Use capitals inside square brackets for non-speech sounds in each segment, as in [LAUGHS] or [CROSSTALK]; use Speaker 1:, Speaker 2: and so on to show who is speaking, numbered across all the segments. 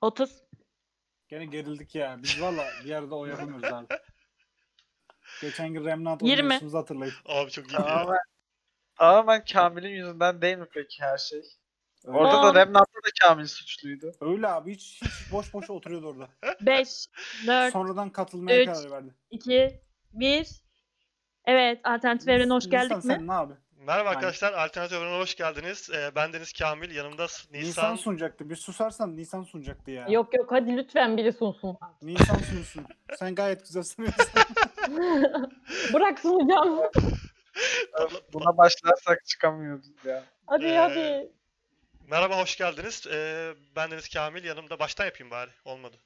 Speaker 1: 30.
Speaker 2: Gene gerildik ya. Biz valla bir yerde o yapamıyoruz abi. Geçen gün Remnant
Speaker 1: Yirmi.
Speaker 2: oynuyorsunuz hatırlayın.
Speaker 3: Abi çok iyi. ya.
Speaker 4: Tamamen, tamamen Kamil'in yüzünden değil mi peki her şey?
Speaker 2: Öyle,
Speaker 4: Orada
Speaker 1: Tamam.
Speaker 4: da Remnant'ta da Kamil suçluydu.
Speaker 2: öyle abi hiç, hiç boş boş oturuyordu orada.
Speaker 1: 5, 4,
Speaker 2: Sonradan katılmaya
Speaker 1: üç,
Speaker 2: karar verdi.
Speaker 1: 2, 1. Evet, alternatif evrene hoş
Speaker 2: Nisan,
Speaker 1: geldik mi?
Speaker 2: sen ne abi?
Speaker 3: Merhaba
Speaker 2: Aynen.
Speaker 3: arkadaşlar. Alternatif Öğren'e hoş geldiniz. Ee, ben Deniz Kamil. Yanımda S-
Speaker 2: Nisan...
Speaker 3: Nisan.
Speaker 2: sunacaktı. Bir susarsan Nisan sunacaktı ya.
Speaker 5: Yok yok hadi lütfen biri sunsun.
Speaker 2: Nisan sunsun. Sen gayet
Speaker 1: [LAUGHS]
Speaker 2: güzel sunuyorsun.
Speaker 5: Bırak sunacağım.
Speaker 4: Buna başlarsak çıkamıyorduk ya.
Speaker 5: Hadi
Speaker 3: Ee,
Speaker 5: hadi.
Speaker 3: Merhaba hoş geldiniz. Ee, ben Deniz Kamil. Yanımda baştan yapayım bari. Olmadı.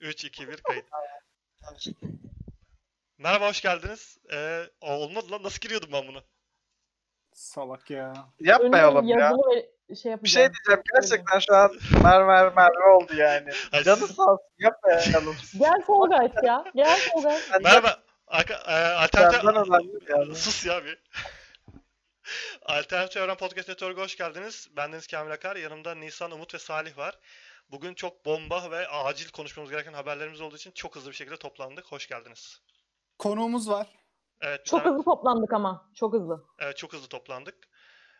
Speaker 3: 3, 2, 1 kayıt. Merhaba hoş geldiniz. Ee, o olmadı lan. Nasıl giriyordum ben bunu?
Speaker 2: Salak ya.
Speaker 4: Yapmayalım ya.
Speaker 5: yazılı ve şey
Speaker 4: Bir şey
Speaker 5: yapacağım.
Speaker 4: diyeceğim. Gerçekten şu an mer mer merve oldu yani.
Speaker 3: Ay,
Speaker 4: Canı
Speaker 3: siz-
Speaker 4: sağ olsun. Yapmayalım.
Speaker 5: Gel Fall Guys ya. Gel Fall Guys.
Speaker 3: Merhaba. Arka, e, alternatif...
Speaker 4: Senden önemli yani.
Speaker 3: Sus ya bir. Alternatif Evren Podcast Network'a hoş geldiniz. Ben Deniz Kamil Akar. Yanımda Nisan, Umut ve Salih var. Bugün çok bomba ve acil konuşmamız gereken haberlerimiz olduğu için çok hızlı bir şekilde toplandık. Hoş geldiniz.
Speaker 2: Konuğumuz var.
Speaker 3: Evet, bir
Speaker 5: Çok
Speaker 3: tane-
Speaker 5: hızlı toplandık ama. Çok hızlı.
Speaker 3: Evet çok hızlı toplandık.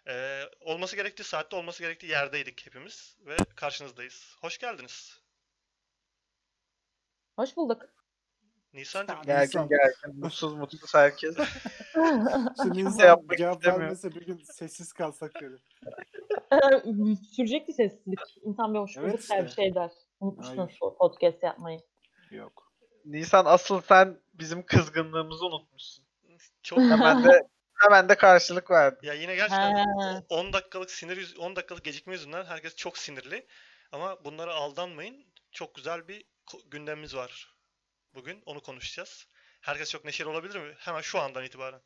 Speaker 3: Ee, olması gerektiği saatte olması gerektiği yerdeydik hepimiz ve karşınızdayız. Hoş geldiniz.
Speaker 5: Hoş bulduk. [LAUGHS]
Speaker 3: Nisan'cığım
Speaker 2: Tamam.
Speaker 4: Gergin
Speaker 2: İnsan.
Speaker 4: gergin. Mutsuz mutsuz herkes.
Speaker 2: Şimdi
Speaker 4: Kimse
Speaker 2: Nisan
Speaker 4: yapmak
Speaker 2: cevap
Speaker 4: istemiyor.
Speaker 2: vermese bir gün sessiz kalsak böyle.
Speaker 5: Sürecekti sessizlik. İnsan bir hoş
Speaker 2: Evet
Speaker 5: bulduk
Speaker 2: işte.
Speaker 5: der bir şey der. Unutmuşsunuz şu podcast yapmayı.
Speaker 2: Yok.
Speaker 4: Nisan asıl sen bizim kızgınlığımızı unutmuşsun.
Speaker 3: çok
Speaker 4: Hemen de hemen de karşılık verdin.
Speaker 3: ya yine gerçekten
Speaker 5: Ha.
Speaker 3: 10 dakikalık sinir yüz- 10 dakikalık gecikme yüzünden herkes çok sinirli. Ama bunlara aldanmayın. Çok güzel bir ko- gündemimiz var bugün. Onu konuşacağız. Herkes çok neşeli olabilir mi? Hemen şu andan itibaren.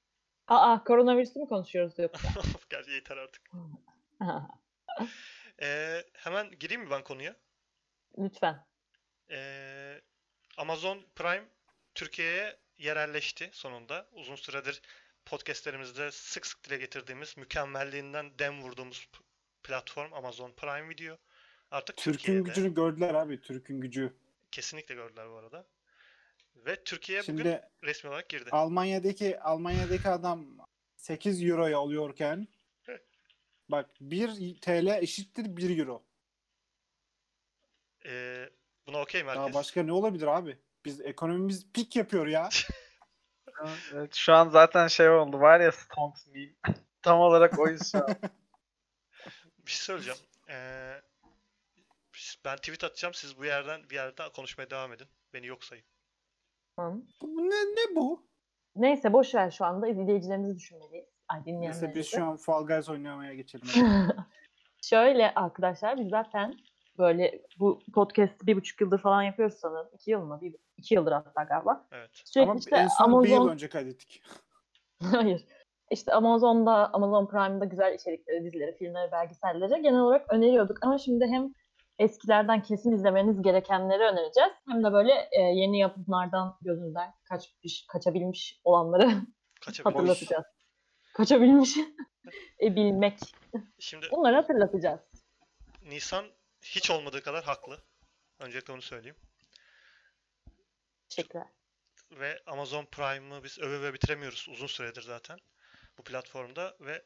Speaker 3: [LAUGHS]
Speaker 5: Aa koronavirüsü mü konuşuyoruz yoksa?
Speaker 3: Gerçi yeter artık. Ee, hemen gireyim mi ben konuya?
Speaker 5: [LAUGHS] Lütfen.
Speaker 3: Ee, Amazon Prime Türkiye'ye yerelleşti sonunda. Uzun süredir podcastlerimizde sık sık dile getirdiğimiz mükemmelliğinden dem vurduğumuz p- platform Amazon Prime Video. Artık
Speaker 2: Türk'ün
Speaker 3: Türkiye'de
Speaker 2: gücünü gördüler abi. Türk'ün gücü.
Speaker 3: kesinlikle gördüler bu arada. Ve Türkiye bugün
Speaker 2: Şimdi
Speaker 3: resmi olarak girdi.
Speaker 2: Almanya'daki Almanya'daki adam 8 euroya
Speaker 3: [LAUGHS]
Speaker 2: alıyorken bak 1 TL eşittir 1 euro.
Speaker 3: Ee, buna okey mi
Speaker 2: Daha
Speaker 3: herkes?
Speaker 2: başka ne olabilir abi? Biz ekonomimiz pik yapıyor ya.
Speaker 4: Evet, şu an zaten şey oldu var ya Stonks meme. Tam olarak oyuz şu an.
Speaker 3: Bir şey söyleyeceğim. Ee, ben tweet atacağım. Siz bu yerden bir yerden konuşmaya devam edin. Beni yok sayın.
Speaker 5: Hı.
Speaker 2: Bu ne, ne bu?
Speaker 5: Neyse boş ver şu anda. izleyicilerimizi düşünmeliyiz. Ay dinleyenlerimizi.
Speaker 2: Neyse biz şu an Fall Guys oynamaya geçelim.
Speaker 5: Şöyle arkadaşlar biz zaten böyle bu podcast bir buçuk yıldır falan yapıyoruz sanırım. İki yıl mı? Bir, iki yıldır hatta galiba.
Speaker 3: Evet.
Speaker 5: Sürekli
Speaker 2: Ama
Speaker 5: işte
Speaker 2: en son bir yıl
Speaker 5: Amazon...
Speaker 2: önce kaydettik.
Speaker 5: [LAUGHS] Hayır. İşte Amazon'da, Amazon Prime'da güzel içerikleri, dizileri, filmleri, belgeselleri genel olarak öneriyorduk. Ama şimdi hem eskilerden kesin izlemeniz gerekenleri önereceğiz. Hem de böyle e, yeni yapımlardan gözünüzden kaçmış, kaçabilmiş olanları
Speaker 3: Kaçabiliriz.
Speaker 5: hatırlatacağız. Kaçabilmiş, [LAUGHS] e, bilmek.
Speaker 3: Şimdi
Speaker 5: Bunları hatırlatacağız.
Speaker 3: Nisan hiç olmadığı kadar haklı. Öncelikle onu söyleyeyim.
Speaker 5: Teşekkürler.
Speaker 3: Ve Amazon Prime'ı biz öve öve bitiremiyoruz uzun süredir zaten bu platformda ve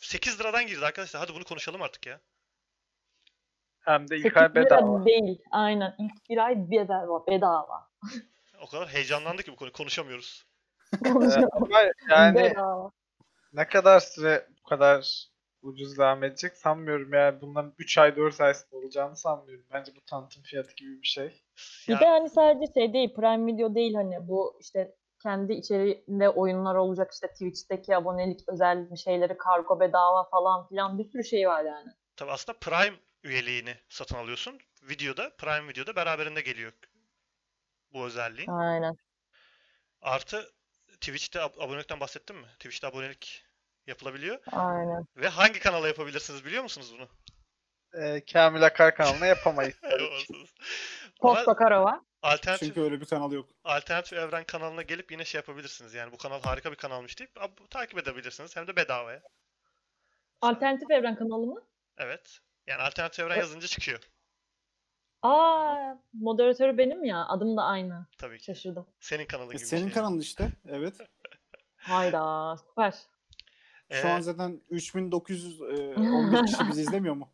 Speaker 3: 8 liradan girdi arkadaşlar. Hadi bunu konuşalım artık ya.
Speaker 4: Hem de
Speaker 5: Sekiz
Speaker 4: İlkay
Speaker 5: lira
Speaker 4: bedava.
Speaker 5: değil. Aynen. İlk bir ay bedava. Bedava.
Speaker 3: O kadar heyecanlandı ki bu konuyu konuşamıyoruz.
Speaker 4: Ee, ama yani
Speaker 5: bedava.
Speaker 4: ne kadar süre bu kadar ucuz devam edecek sanmıyorum yani. Bunların 3 ay 4 ay sonra olacağını sanmıyorum. Bence bu tanıtım fiyatı gibi bir şey.
Speaker 5: Bir
Speaker 3: Yani
Speaker 5: de hani sadece şey değil. Prime Video değil hani bu işte kendi içeriğinde oyunlar olacak işte Twitch'teki abonelik özel bir şeyleri kargo bedava falan filan bir sürü şey var yani.
Speaker 3: tabii aslında Prime üyeliğini satın alıyorsun. Videoda, Prime Video'da beraberinde geliyor bu özelliği.
Speaker 5: Aynen.
Speaker 3: Artı Twitch'te ab- abonelikten bahsettim mi? Twitch'te abonelik yapılabiliyor.
Speaker 5: Aynen.
Speaker 3: Ve hangi kanala yapabilirsiniz biliyor musunuz bunu?
Speaker 4: Ee, Kamil Akar kanalına yapamayız.
Speaker 3: [LAUGHS] Ama
Speaker 5: Posta karo var.
Speaker 3: alternatif
Speaker 2: Çünkü öyle bir kanal yok.
Speaker 3: Alternatif Evren kanalına gelip yine şey yapabilirsiniz. Yani bu kanal harika bir kanalmış deyip ab- takip edebilirsiniz. Hem de bedavaya.
Speaker 5: Alternatif Evren kanalı mı?
Speaker 3: Evet. Yani alternatif evren
Speaker 5: Evet.
Speaker 3: yazınca çıkıyor
Speaker 5: Aa, moderatörü benim ya. Adım da aynı.
Speaker 3: tabii ki.
Speaker 5: Şaşırdım.
Speaker 3: Senin kanalı gibi. bir
Speaker 2: E, Senin
Speaker 3: şey.
Speaker 2: kanalın işte.
Speaker 3: [LAUGHS]
Speaker 2: Evet.
Speaker 5: Hayda, süper.
Speaker 2: Şu an
Speaker 3: Ee,
Speaker 2: zaten 3911 e, kişi bizi izlemiyor mu?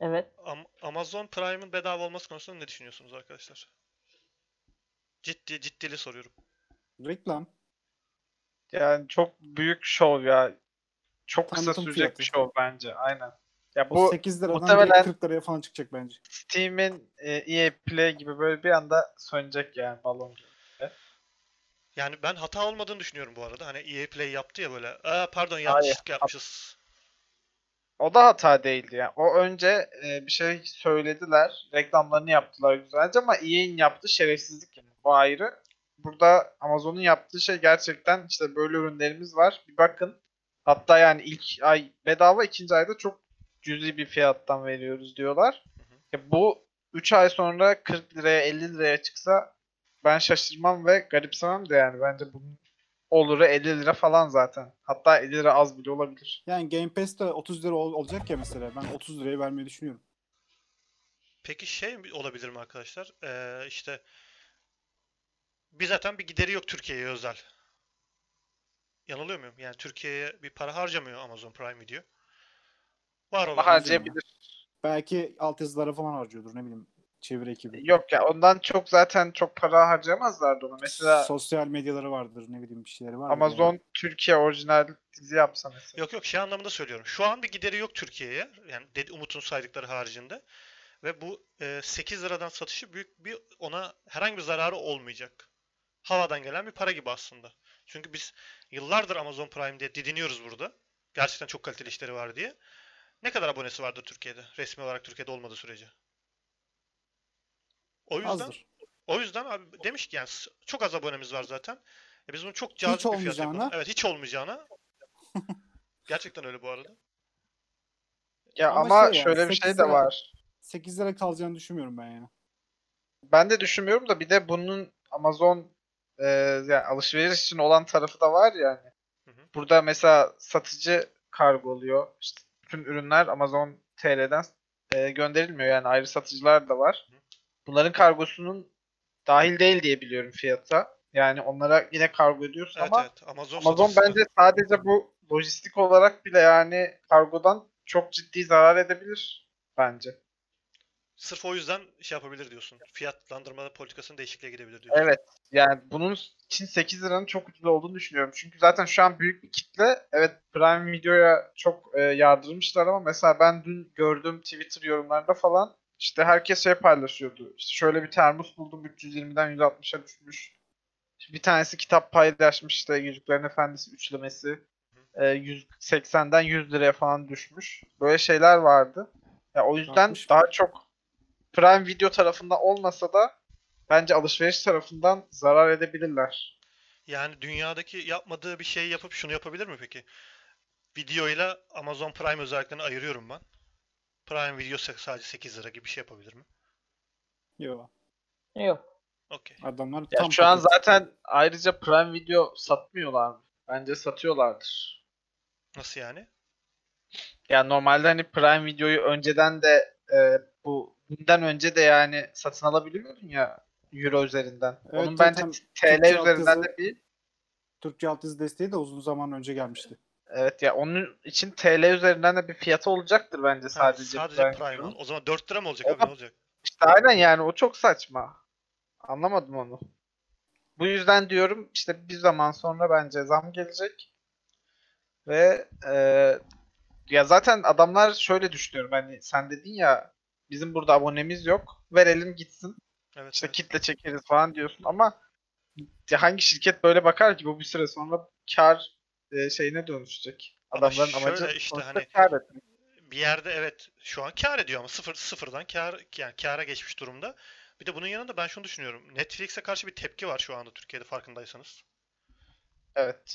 Speaker 5: Evet.
Speaker 3: Am- Amazon Prime'ın bedava olması konusunda ne düşünüyorsunuz arkadaşlar? Ciddi ciddili soruyorum.
Speaker 2: Reklam.
Speaker 4: Yani çok büyük şov ya. Çok kısa
Speaker 2: Tanıtım
Speaker 4: sürecek
Speaker 2: fiyatı.
Speaker 4: bir şov bence. Aynen. Ya
Speaker 2: O
Speaker 4: bu
Speaker 2: 8 liradan
Speaker 4: muhtemelen-
Speaker 2: direkt 40 liraya falan çıkacak bence.
Speaker 4: Steam'in e, EA Play gibi böyle bir anda sönecek yani balon gibi.
Speaker 3: Yani ben hata olmadığını düşünüyorum bu arada. Hani EA Play yaptı ya böyle. Aa, pardon yanlışlık yapmışız.
Speaker 4: O da hata değildi yani. O önce e, bir şey söylediler. Reklamlarını yaptılar güzelce ama EA'in yaptığı şerefsizlik yani. Bu ayrı. Burada Amazon'un yaptığı şey gerçekten işte böyle ürünlerimiz var. Bir bakın. Hatta yani ilk ay bedava, ikinci ayda çok cüzi bir fiyattan veriyoruz diyorlar. Ya bu 3 ay sonra 40 liraya 50 liraya çıksa ben şaşırmam ve garipsemem de yani. Bence bunun oluru 50 lira falan zaten. Hatta 50 lira az bile olabilir.
Speaker 2: Yani Game Pass'te 30 lira ol- olacak ya mesela. Ben 30 liraya vermeyi düşünüyorum.
Speaker 3: Peki şey mi- olabilir mi arkadaşlar? Ee, işte bir zaten bir gideri yok Türkiye'ye özel. Yanılıyor muyum? Yani Türkiye'ye bir para harcamıyor Amazon Prime Video. Var olan
Speaker 4: Harcayabilir.
Speaker 2: Belki altyazılara falan harcıyordur ne bileyim. Çeviri ekibi.
Speaker 4: Yok ya ondan çok zaten çok para harcayamazlardı ona. Mesela
Speaker 2: sosyal medyaları vardır ne bileyim bir şeyleri var.
Speaker 4: Amazon Türkiye orijinal dizi yapsa mesela.
Speaker 3: Yok yok şey anlamında söylüyorum. Şu an bir gideri yok Türkiye'ye. Yani dedi, Umut'un saydıkları haricinde. Ve bu e, 8 liradan satışı büyük bir ona herhangi bir zararı olmayacak. Havadan gelen bir para gibi aslında. Çünkü biz yıllardır Amazon Prime diye didiniyoruz burada. Gerçekten çok kaliteli işleri var diye. Ne kadar abonesi vardır Türkiye'de? Resmi olarak Türkiye'de olmadığı sürece. O yüzden
Speaker 2: Azdır.
Speaker 3: o yüzden abi demiş ki yani s- çok az abonemiz var zaten. E biz bunu çok cazip bir fiyat
Speaker 2: olmayacağına.
Speaker 3: yapalım. Evet hiç olmayacağına. Gerçekten öyle bu arada.
Speaker 4: Ya ama,
Speaker 2: Ama şey yani,
Speaker 4: şöyle bir şey
Speaker 2: sekiz
Speaker 4: de
Speaker 2: lira-
Speaker 4: var.
Speaker 2: 8 lira kalacağını düşünmüyorum ben yani.
Speaker 4: Ben de düşünmüyorum da bir de bunun Amazon e, yani alışveriş için olan tarafı da var yani.
Speaker 3: Hı hı.
Speaker 4: Burada mesela satıcı kargoluyor. İşte bütün ürünler Amazon TL'den e, gönderilmiyor yani ayrı satıcılar da var. Bunların kargosunun dahil değil diye biliyorum fiyata. Yani onlara yine kargo ödüyorsun
Speaker 3: Evet
Speaker 4: ama
Speaker 3: evet. Amazon
Speaker 4: Amazon
Speaker 3: satıcısı.
Speaker 4: bence sadece bu lojistik olarak bile yani kargodan çok ciddi zarar edebilir bence.
Speaker 3: Sırf o yüzden şey yapabilir diyorsun. Fiyatlandırma politikasının değişikliğe gidebilir diyorsun.
Speaker 4: Evet. Yani bunun için 8 liranın çok ucuz olduğunu düşünüyorum. Çünkü zaten şu an büyük bir kitle evet Prime Video'ya çok e, yardırmışlar ama mesela ben dün gördüğüm Twitter yorumlarında falan işte herkes şey paylaşıyordu. İşte şöyle bir termos buldum 320'den 160'a düşmüş. İşte Bir tanesi kitap paylaşmış işte Yüzüklerin Efendisi üçlemesi e, 180'den 100 liraya falan düşmüş. Böyle şeyler vardı. Ya o yüzden
Speaker 2: Artmış.
Speaker 4: daha çok Prime Video tarafında olmasa da bence alışveriş tarafından zarar edebilirler.
Speaker 3: Yani dünyadaki yapmadığı bir şey yapıp şunu yapabilir mi peki? Videoyla Amazon Prime özelliklerini ayırıyorum ben. Prime Video se- sadece 8 lira gibi bir şey yapabilir mi?
Speaker 2: Yo.
Speaker 5: Yok.
Speaker 3: Okey.
Speaker 2: Adamlar
Speaker 4: Ya
Speaker 2: tam
Speaker 4: şu an
Speaker 2: paket.
Speaker 4: zaten ayrıca Prime Video satmıyorlar mı? Bence satıyorlardır.
Speaker 3: Nasıl yani?
Speaker 4: Yani normalde hani Prime Video'yu önceden de e, bu bundan önce de yani satın alabiliyordun ya Euro üzerinden.
Speaker 2: Evet,
Speaker 4: Onun bence
Speaker 2: zaten
Speaker 4: TL
Speaker 2: Türkçe
Speaker 4: üzerinden
Speaker 2: altyazı-
Speaker 4: de bir
Speaker 2: Türkçe altyazı desteği de uzun zaman önce gelmişti.
Speaker 4: evet ya onun için TL üzerinden de bir fiyatı olacaktır bence
Speaker 3: Ha,
Speaker 4: sadece.
Speaker 3: sadece
Speaker 4: Prime
Speaker 3: Prime
Speaker 4: Video'nun.
Speaker 3: al. O zaman 4 lira mı olacak
Speaker 4: O
Speaker 3: abi
Speaker 4: da-
Speaker 3: ne olacak?
Speaker 4: İşte aynen yani o çok saçma. Anlamadım onu. Bu yüzden diyorum işte bir zaman sonra bence zam gelecek. Ve eee, ya zaten adamlar şöyle düşünüyorum hani sen dedin ya bizim burada abonemiz yok. Verelim gitsin.
Speaker 3: Evet,
Speaker 4: İşte
Speaker 3: evet.
Speaker 4: kitle çekeriz falan diyorsun ama ya hangi şirket böyle bakar ki bu bir süre sonra kar eee, şeyine dönüşecek.
Speaker 3: Ama
Speaker 4: Adamların
Speaker 3: şöyle
Speaker 4: amacı
Speaker 3: işte
Speaker 4: sonuçta
Speaker 3: hani-
Speaker 4: kar etmek.
Speaker 3: bir yerde evet şu an kar ediyor ama sıfır, sıfırdan kar yani kâra geçmiş durumda. Bir de bunun yanında ben şunu düşünüyorum. Netflix'e karşı bir tepki var şu anda Türkiye'de farkındaysanız.
Speaker 4: Evet.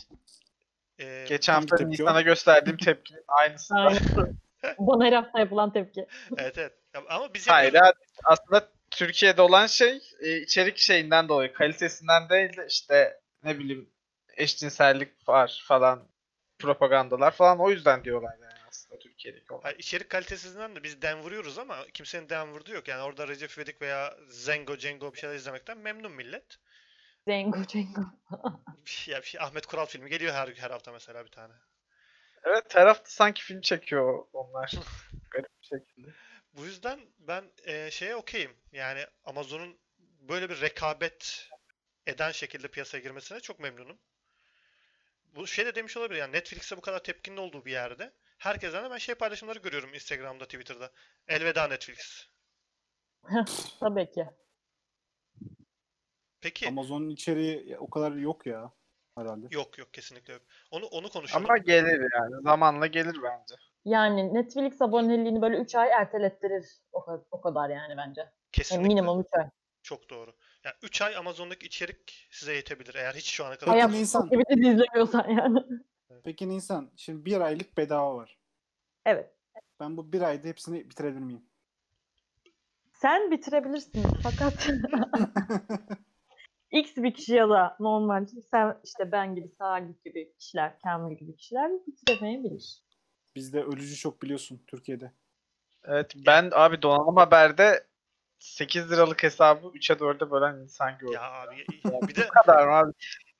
Speaker 3: Ee,
Speaker 4: Geçen
Speaker 2: hangi
Speaker 4: hafta
Speaker 2: tepki o?
Speaker 4: Nisan'a gösterdiğim tepkinin
Speaker 5: [LAUGHS]
Speaker 4: aynısı.
Speaker 5: Aynı. Bana her hafta yapılan tepki.
Speaker 3: evet evet. Ya Ama biz
Speaker 4: Hayır
Speaker 3: yapıyoruz.
Speaker 4: ya, aslında Türkiye'de olan şey e, içerik şeyinden dolayı kalitesinden değil de işte ne bileyim eşcinsellik var falan propagandalar falan o yüzden diyorlar yani aslında Türkiye'de. içerik olarak.
Speaker 3: Hayır, içerik kalitesizinden de biz den vuruyoruz ama kimsenin den vurduğu yok. Yani orada Recep İvedik veya Zengo, Cengo bir şeyler izlemekten memnun millet. [LAUGHS]
Speaker 5: Zengo Cengo.
Speaker 3: Bir şey- ya bir şey, Ahmet Kural filmi geliyor her her hafta mesela bir tane.
Speaker 4: Evet her hafta sanki film çekiyor onlar. Garip bir şekilde.
Speaker 3: Bu yüzden ben e, şeye okeyim. Yani Amazon'un böyle bir rekabet eden şekilde piyasaya girmesine çok memnunum. Bu şey de demiş olabilir yani Netflix'e bu kadar tepkinin olduğu bir yerde herkesten de ben şey paylaşımları görüyorum Instagram'da, Twitter'da. Elveda Netflix.
Speaker 5: Tabii ki.
Speaker 3: Peki
Speaker 2: Amazon'un içeriği o kadar yok ya herhalde.
Speaker 3: yok yok kesinlikle yok. Onu onu konuşalım.
Speaker 4: Ama gelir yani. Zamanla gelir bence.
Speaker 5: Yani Netflix aboneliğini böyle 3 ay ertelettirir. O, ka- o kadar yani bence. Yani
Speaker 3: kesinlikle.
Speaker 5: minimum 3 ay.
Speaker 3: Çok doğru. Ya 3 ay Amazon'daki içerik size yetebilir eğer hiç şu ana kadar
Speaker 5: Hayat
Speaker 2: Peki Nisan,
Speaker 5: Bir de izlemiyorsan yani.
Speaker 2: peki Nisan şimdi bir aylık bedava var.
Speaker 5: Evet.
Speaker 2: Ben bu bir ayda hepsini bitirebilir miyim?
Speaker 5: Sen bitirebilirsin fakat X bir kişi ya da normal sen işte ben gibi Salih gibi kişiler, Kamil gibi kişiler bitiremeyebilir.
Speaker 2: Bizde ölücü çok biliyorsun Türkiye'de.
Speaker 4: Evet ben abi donanım haberde 8 liralık hesabı 3'e 4'e bölen insan gördüm.
Speaker 3: ya abi bir de
Speaker 4: Bu kadar mı abi?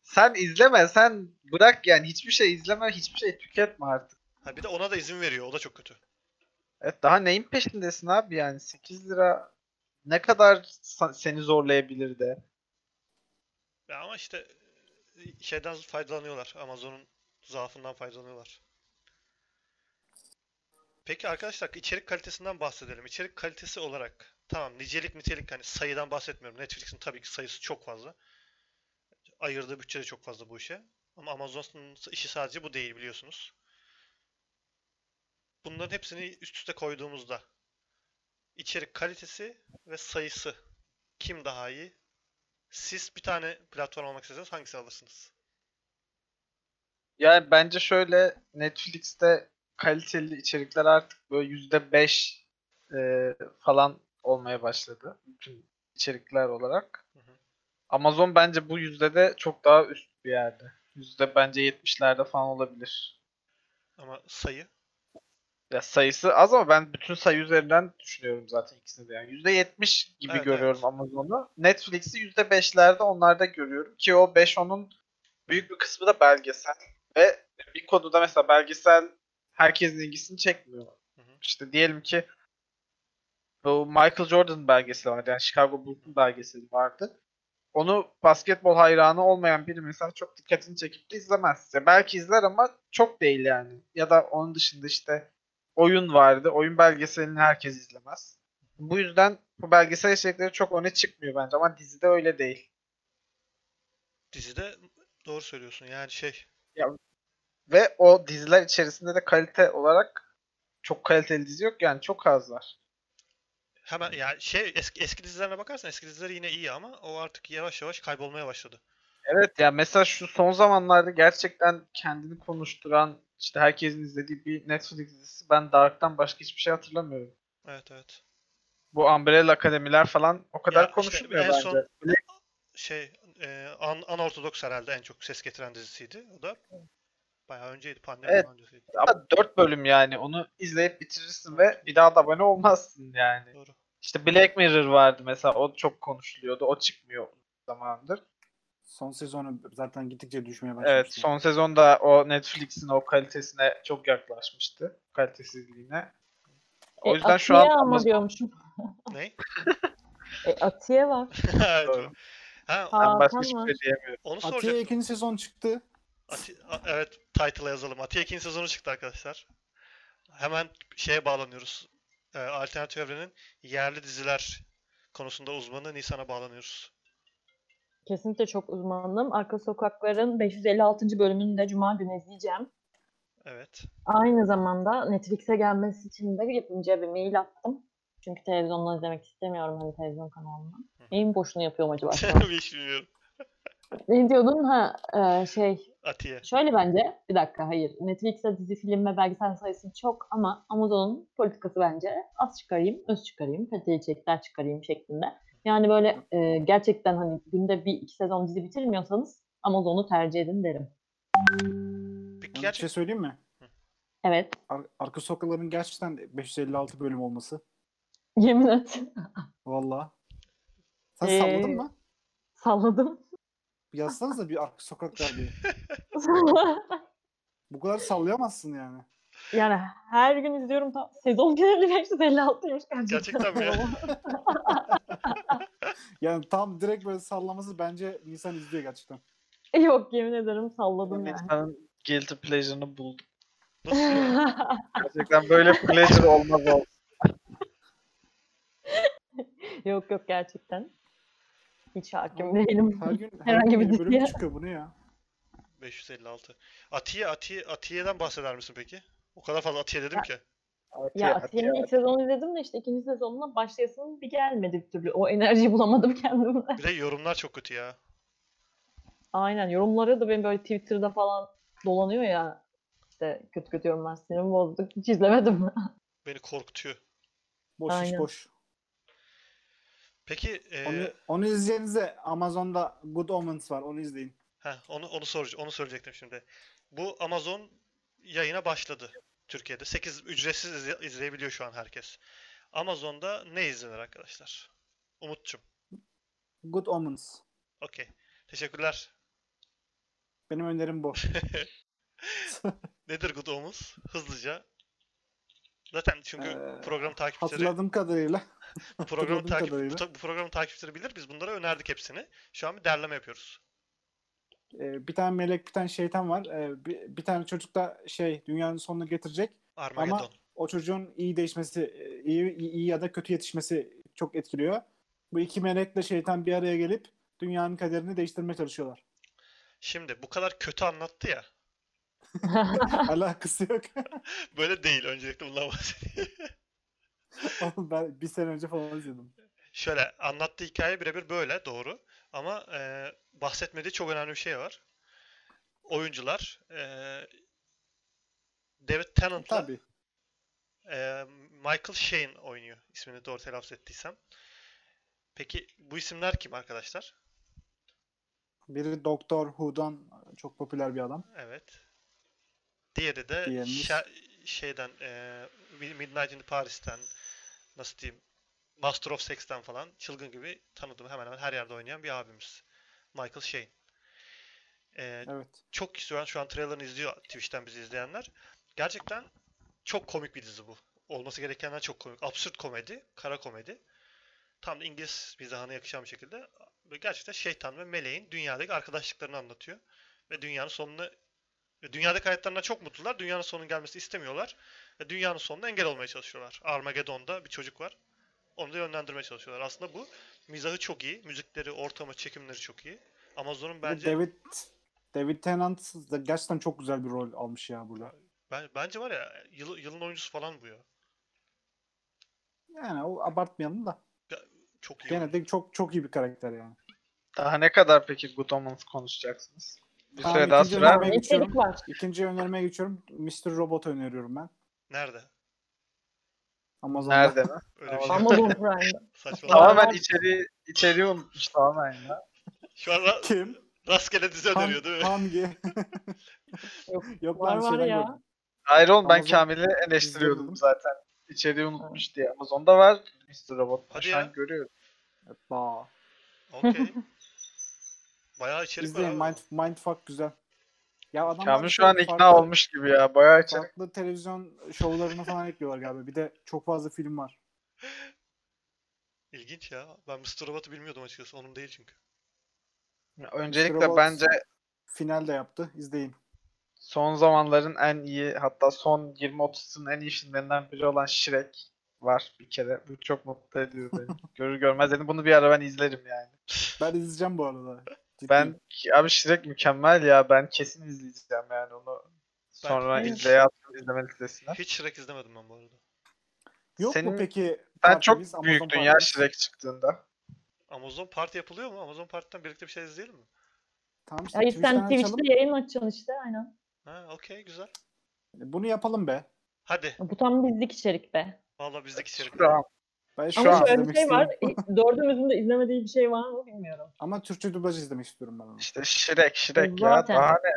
Speaker 4: Sen izleme sen bırak yani hiçbir şey izleme hiçbir şey tüketme artık.
Speaker 3: ha bir de ona da izin veriyor. O da çok kötü.
Speaker 4: Evet daha neyin peşindesin abi yani 8 lira ne kadar sa- seni zorlayabilir de.
Speaker 3: Ya ama işte e, şeyden faydalanıyorlar. Amazon'un zaafından faydalanıyorlar. Peki arkadaşlar içerik kalitesinden bahsedelim. İçerik kalitesi olarak tamam nicelik nitelik hani sayıdan bahsetmiyorum. Netflix'in tabii ki sayısı çok fazla. Ayırdığı bütçe de çok fazla bu işe. Ama Amazon'un işi sadece bu değil biliyorsunuz. Bunların hepsini üst üste koyduğumuzda içerik kalitesi ve sayısı kim daha iyi? Siz bir tane platform almak isteseniz hangisini alırsınız?
Speaker 4: Yani bence şöyle Netflix'te kaliteli içerikler artık böyle %5 e, falan olmaya başladı. Bütün içerikler olarak.
Speaker 3: Hı hı.
Speaker 4: Amazon bence bu yüzde de çok daha üst bir yerde. Yüzde bence 70'lerde falan olabilir.
Speaker 3: Ama sayı
Speaker 4: Ya sayısı az ama ben bütün sayı üzerinden düşünüyorum zaten ikisini de. Yani %70 gibi
Speaker 3: Evet,
Speaker 4: görüyorum
Speaker 3: evet.
Speaker 4: Amazon'u. Netflix'i %5'lerde onlarda görüyorum. Ki o 5-10'un büyük bir kısmı da belgesel. Ve bir konuda mesela belgesel herkesin ilgisini çekmiyor.
Speaker 3: hı.
Speaker 4: İşte diyelim ki bu Michael Jordan belgeseli vardı. Yani Chicago Bulls'un belgeseli vardı. Onu basketbol hayranı olmayan biri mesela çok dikkatini çekip de izlemez. Ya belki izler ama çok değil yani. Ya da onun dışında işte oyun vardı. Oyun belgeselini herkes izlemez. Bu yüzden bu belgesel içerikleri çok öne çıkmıyor bence ama dizide öyle değil.
Speaker 3: dizide doğru söylüyorsun. Yani şey
Speaker 4: Ve o diziler içerisinde de kalite olarak çok kaliteli dizi yok yani çok az var.
Speaker 3: hemen ya şey eski, eski dizilerine bakarsan eski diziler yine iyi ama o artık yavaş yavaş kaybolmaya başladı.
Speaker 4: Evet ya mesela şu son zamanlarda gerçekten kendini konuşturan işte herkesin izlediği bir Netflix dizisi ben Dark'tan başka hiçbir şey hatırlamıyorum.
Speaker 3: Evet evet.
Speaker 4: Bu Umbrella Akademiler falan o kadar
Speaker 3: Ya işte
Speaker 4: konuşulmuyor
Speaker 3: en
Speaker 4: bence.
Speaker 3: son-
Speaker 4: Black-
Speaker 3: Şey e, an, Anortodoks herhalde en çok ses getiren dizisiydi. O da bayağı önceydi pandemi
Speaker 4: Evet.
Speaker 3: falan öncesiydi.
Speaker 4: Ama 4 bölüm yani onu izleyip bitirirsin ve bir daha da abone olmazsın yani.
Speaker 3: Doğru.
Speaker 4: İşte Black Mirror vardı mesela o çok konuşuluyordu. O çıkmıyor uzun zamandır.
Speaker 2: Son sezonu zaten gittikçe düşmeye başladı.
Speaker 4: Evet son sezonda o Netflix'in o kalitesine çok yaklaşmıştı. Kalitesizliğine. O
Speaker 5: E,
Speaker 4: yüzden şu an
Speaker 5: Atiye ama
Speaker 4: Amazon-
Speaker 5: diyormuşum.
Speaker 3: Ne? [LAUGHS]
Speaker 5: E, Atiye var.
Speaker 3: Evet,
Speaker 4: Doğru.
Speaker 3: doğru. ha
Speaker 5: Ha,
Speaker 4: ben başka
Speaker 5: Hakan
Speaker 4: hiçbir
Speaker 5: var.
Speaker 4: şey diyemiyorum.
Speaker 3: onu
Speaker 2: Atiye
Speaker 3: soracaktım.
Speaker 2: ikinci sezon çıktı.
Speaker 3: Ati- a- evet title'a yazalım. Atiye ikinci sezonu çıktı arkadaşlar. Hemen şeye bağlanıyoruz. Ee, Alternatif Evren'in yerli diziler konusunda uzmanı Nisan'a bağlanıyoruz.
Speaker 5: Kesinlikle çok uzmanım. Arka Sokaklar'ın 556. bölümünü de Cuma günü izleyeceğim.
Speaker 3: Evet.
Speaker 5: Aynı zamanda Netflix'e gelmesi için de yapımcıya bir mail attım. Çünkü televizyondan izlemek istemiyorum hani televizyon kanalından. Neyin boşuna yapıyorum
Speaker 3: [LAUGHS]
Speaker 5: acaba? şu an?
Speaker 3: bir iş bilmiyorum.
Speaker 5: ne diyordun? Ha, e, şey
Speaker 3: Atiye.
Speaker 5: Şöyle bence, bir dakika hayır. Netflix'te dizi, film ve belgesel sayısı çok ama Amazon'un politikası bence az çıkarayım, öz çıkarayım, kaliteli içerikler çıkarayım şeklinde. Yani böyle e, gerçekten hani günde bir iki sezon dizi bitirmiyorsanız Amazon'u tercih edin derim.
Speaker 3: Peki
Speaker 2: Yani bir
Speaker 3: gerçek
Speaker 2: şey söyleyeyim mi?
Speaker 5: Evet. [LAUGHS]
Speaker 2: Ar- Arka sokakların gerçekten 556 bölüm olması.
Speaker 5: Yemin et.
Speaker 2: Valla. Sen
Speaker 5: Ee,
Speaker 2: salladın mı?
Speaker 5: Salladım. [LAUGHS]
Speaker 2: Yazsanıza bir arka sokaklar diye. Bu kadar sallayamazsın yani.
Speaker 5: yani her gün izliyorum tam sezon [LAUGHS] geneli 556'ymış gerçekten.
Speaker 3: Gerçekten mi ya?
Speaker 2: [LAUGHS] Yani tam direkt böyle sallaması bence insan izliyor gerçekten.
Speaker 5: Yok yemin ederim salladım yani.
Speaker 4: İnsanın guilty pleasure'ını buldum.
Speaker 3: Nasıl ya?
Speaker 4: Gerçekten böyle pleasure olmaz oldu.
Speaker 5: [LAUGHS] yok yok gerçekten. Hiç hakim değilim.
Speaker 2: Her gün her
Speaker 5: Herhangi
Speaker 2: gün
Speaker 5: bir
Speaker 2: yeni bölüm
Speaker 5: diziye.
Speaker 2: çıkıyor bu ne ya?
Speaker 3: 556. Atiye, Atiye, Atiye'den bahseder misin peki? O kadar fazla Atiye dedim ki.
Speaker 5: Ya Atina'nın ilk sezonu izledim de işte ikinci sezonuna başlayasım bir gelmedi bir türlü. O enerjiyi bulamadım [LAUGHS] kendimde.
Speaker 3: Bir de yorumlar çok kötü ya.
Speaker 5: Aynen yorumları da benim böyle Twitter'da falan dolanıyor ya. İşte kötü kötü yorumlar sinirimi bozdu. Hiç izlemedim.
Speaker 3: Beni korkutuyor.
Speaker 2: Boş iş
Speaker 5: Aynen.
Speaker 2: boş.
Speaker 3: Peki
Speaker 4: Ee,
Speaker 3: e,
Speaker 2: Onu, onu izleyenize Amazon'da Good Omens var. Onu izleyin.
Speaker 3: heh, onu onu sorucu onu söyleyecektim şimdi. Bu Amazon yayına başladı Türkiye'de. 8 ücretsiz izle- izleyebiliyor şu an herkes. Amazon'da ne izlenir arkadaşlar? Umut'cum.
Speaker 2: Good Omens.
Speaker 3: Okey. Teşekkürler.
Speaker 2: Benim
Speaker 4: [LAUGHS]
Speaker 2: önerim bu.
Speaker 3: Nedir Good Omens? Hızlıca. Zaten çünkü
Speaker 2: Ee,
Speaker 3: program takipçileri
Speaker 2: Hatırladığım kadarıyla.
Speaker 3: bu programı
Speaker 2: hatırladığım
Speaker 3: takip bu,
Speaker 2: kadarıyla.
Speaker 3: ta- bu programı takipçileri bilir. Biz bunlara önerdik hepsini. Şu an bir derleme yapıyoruz.
Speaker 2: e, bir tane melek bir tane şeytan var. E, bir, bir tane çocuk da şey dünyanın sonunu getirecek.
Speaker 3: Armageddon.
Speaker 2: O çocuğun iyi değişmesi, e, iyi, iyi ya da kötü yetişmesi çok etkiliyor. Bu iki melekle şeytan bir araya gelip dünyanın kaderini değiştirmeye çalışıyorlar.
Speaker 3: Şimdi bu kadar kötü anlattı ya. [LAUGHS]
Speaker 2: Alakası yok. [LAUGHS]
Speaker 3: Böyle değil öncelikle bundan bahsedeyim.
Speaker 2: Oğlum ben bir sene önce falan izledim.
Speaker 3: Şöyle anlattığı hikaye birebir böyle doğru. Ama e, bahsetmediği çok önemli bir şey var. Oyuncular e, David Tennant'la
Speaker 2: Tabii.
Speaker 3: e, Michael Shane oynuyor. İsmini doğru telaffuz ettiysem. Peki bu isimler kim arkadaşlar?
Speaker 2: Biri Doktor Who'dan çok popüler bir adam.
Speaker 3: Evet. Diğeri de
Speaker 2: Diğerimiz-
Speaker 3: şa- şeyden e, Mid- Midnight in Paris'ten nasıl diyeyim Master of Sex'ten falan çılgın gibi tanıdığım hemen hemen her yerde oynayan bir abimiz. Michael Shane. E,
Speaker 2: Evet.
Speaker 3: çok kişi şu an, şu an trailerını izliyor Twitch'ten bizi izleyenler. Gerçekten çok komik bir dizi bu. Olması gerekenden çok komik. Absürt komedi, kara komedi. Tam da İngiliz mizahına yakışan bir şekilde. Ve gerçekten şeytan ve meleğin dünyadaki arkadaşlıklarını anlatıyor. Ve dünyanın sonunu ve dünyadaki hayatlarına çok mutlular. Dünyanın sonunun gelmesini istemiyorlar. Ve dünyanın sonuna engel olmaya çalışıyorlar. Armageddon'da bir çocuk var. Onu da yönlendirmeye çalışıyorlar. Aslında bu mizahı çok iyi. Müzikleri, ortamı, çekimleri çok iyi. Amazon'un
Speaker 2: Bence...
Speaker 3: bence...
Speaker 2: David David Tennant da gerçekten çok güzel bir rol almış ya burada.
Speaker 3: Ben, bence var ya yıl, yılın oyuncusu falan bu ya.
Speaker 2: Yani o abartmayalım da.
Speaker 3: Çok iyi.
Speaker 2: Gene de çok çok iyi bir karakter yani.
Speaker 4: Daha ne kadar peki Good Omens konuşacaksınız? Bir
Speaker 2: Tamam,
Speaker 4: süre daha
Speaker 2: ikinci
Speaker 4: sürer
Speaker 5: [LAUGHS]
Speaker 2: Ben
Speaker 4: mi?
Speaker 5: Ne
Speaker 2: geçiyorum.
Speaker 5: içerik var?
Speaker 2: İkinci önerime geçiyorum. Mr. Robot öneriyorum ben.
Speaker 3: Nerede?
Speaker 2: Amazon'da.
Speaker 4: Nerede mi?
Speaker 3: Öyle bir şey.
Speaker 4: Tamam.
Speaker 5: [LAUGHS] Amazon Prime'da.
Speaker 3: Saçmalama.
Speaker 4: Tamamen içeriği, içeriği unutmuş tamamen ya.
Speaker 3: Şu an ra-
Speaker 2: Kim?
Speaker 3: rastgele dizi
Speaker 2: Han-
Speaker 3: öneriyor değil [LAUGHS] mi?
Speaker 2: Hangi?
Speaker 5: Yok,
Speaker 2: [LAUGHS] Yok
Speaker 5: Var
Speaker 2: lan
Speaker 5: var
Speaker 2: şeyden
Speaker 5: ya.
Speaker 2: gördüm.
Speaker 4: Hayır oğlum ben
Speaker 2: Amazon-
Speaker 4: Kamil'i eleştiriyordum
Speaker 2: İzledim.
Speaker 4: zaten. İçeriği unutmuş diye. Amazon'da var Mr. Robot.
Speaker 3: Hadi
Speaker 4: Şu
Speaker 3: ya.
Speaker 4: an görüyorum.
Speaker 2: Aa.
Speaker 3: Okey. Bayağı içerik var.
Speaker 2: İzleyin
Speaker 3: abi.
Speaker 2: Mind, Mindfuck güzel. Ya adamlar
Speaker 4: Kamil şu
Speaker 2: böyle
Speaker 4: an ikna
Speaker 2: farklı-
Speaker 4: olmuş gibi ya. Bayağı içerik.
Speaker 2: Farklı televizyon şovlarını falan ekliyorlar galiba. Bir de çok fazla film var.
Speaker 3: İlginç ya. Ben Mr. Robot'u bilmiyordum açıkçası. Onun değil çünkü.
Speaker 4: Öncelikle
Speaker 2: Mr. Robot-
Speaker 4: bence
Speaker 2: Final de yaptı. İzleyin.
Speaker 4: son zamanların en iyi hatta son 20-30'un en iyi filmlerinden biri olan Shrek var bir kere. Bu çok mutlu ediyor
Speaker 3: [LAUGHS]
Speaker 4: beni. Görür görmez dedim bunu bir ara ben izlerim yani.
Speaker 2: Ben izleyeceğim bu arada. Ciddiyim.
Speaker 4: Ben abi Shrek mükemmel ya. Ben kesin izleyeceğim yani onu. Sonra
Speaker 3: Ben-
Speaker 4: izleye attım izleme listesine.
Speaker 3: Hiç Shrek izlemedim ben bu arada.
Speaker 2: Yok mu
Speaker 4: senin-
Speaker 2: peki?
Speaker 4: Ben çok
Speaker 2: Park'tayız, Amazon
Speaker 4: büyüktün ya
Speaker 2: Park'tayız.
Speaker 4: Shrek çıktığında.
Speaker 3: Amazon Party yapılıyor mu? Amazon Party'den birlikte bir şey izleyelim mi?
Speaker 2: Tamam işte
Speaker 5: Hayır
Speaker 2: Twitch'ten
Speaker 5: sen
Speaker 2: açalım.
Speaker 5: Twitch'te yayın açacaksın işte aynen.
Speaker 3: Ha, okey güzel.
Speaker 2: Bunu yapalım be.
Speaker 3: Hadi.
Speaker 5: Bu tam bizlik içerik be.
Speaker 3: Vallahi bizdeki içerik.
Speaker 4: Şu an
Speaker 2: Ben şu
Speaker 4: Ama
Speaker 2: an
Speaker 5: Ama şöyle bir
Speaker 2: izlemek
Speaker 5: şey var.
Speaker 2: istiyorum.
Speaker 5: Dördümüzün de izlemediği bir şey var mı bilmiyorum.
Speaker 2: Ama Türkçe dublaj izlemek istiyorum ben onu.
Speaker 4: işte Shrek Shrek ya.
Speaker 5: Zaten.
Speaker 4: Daha ne?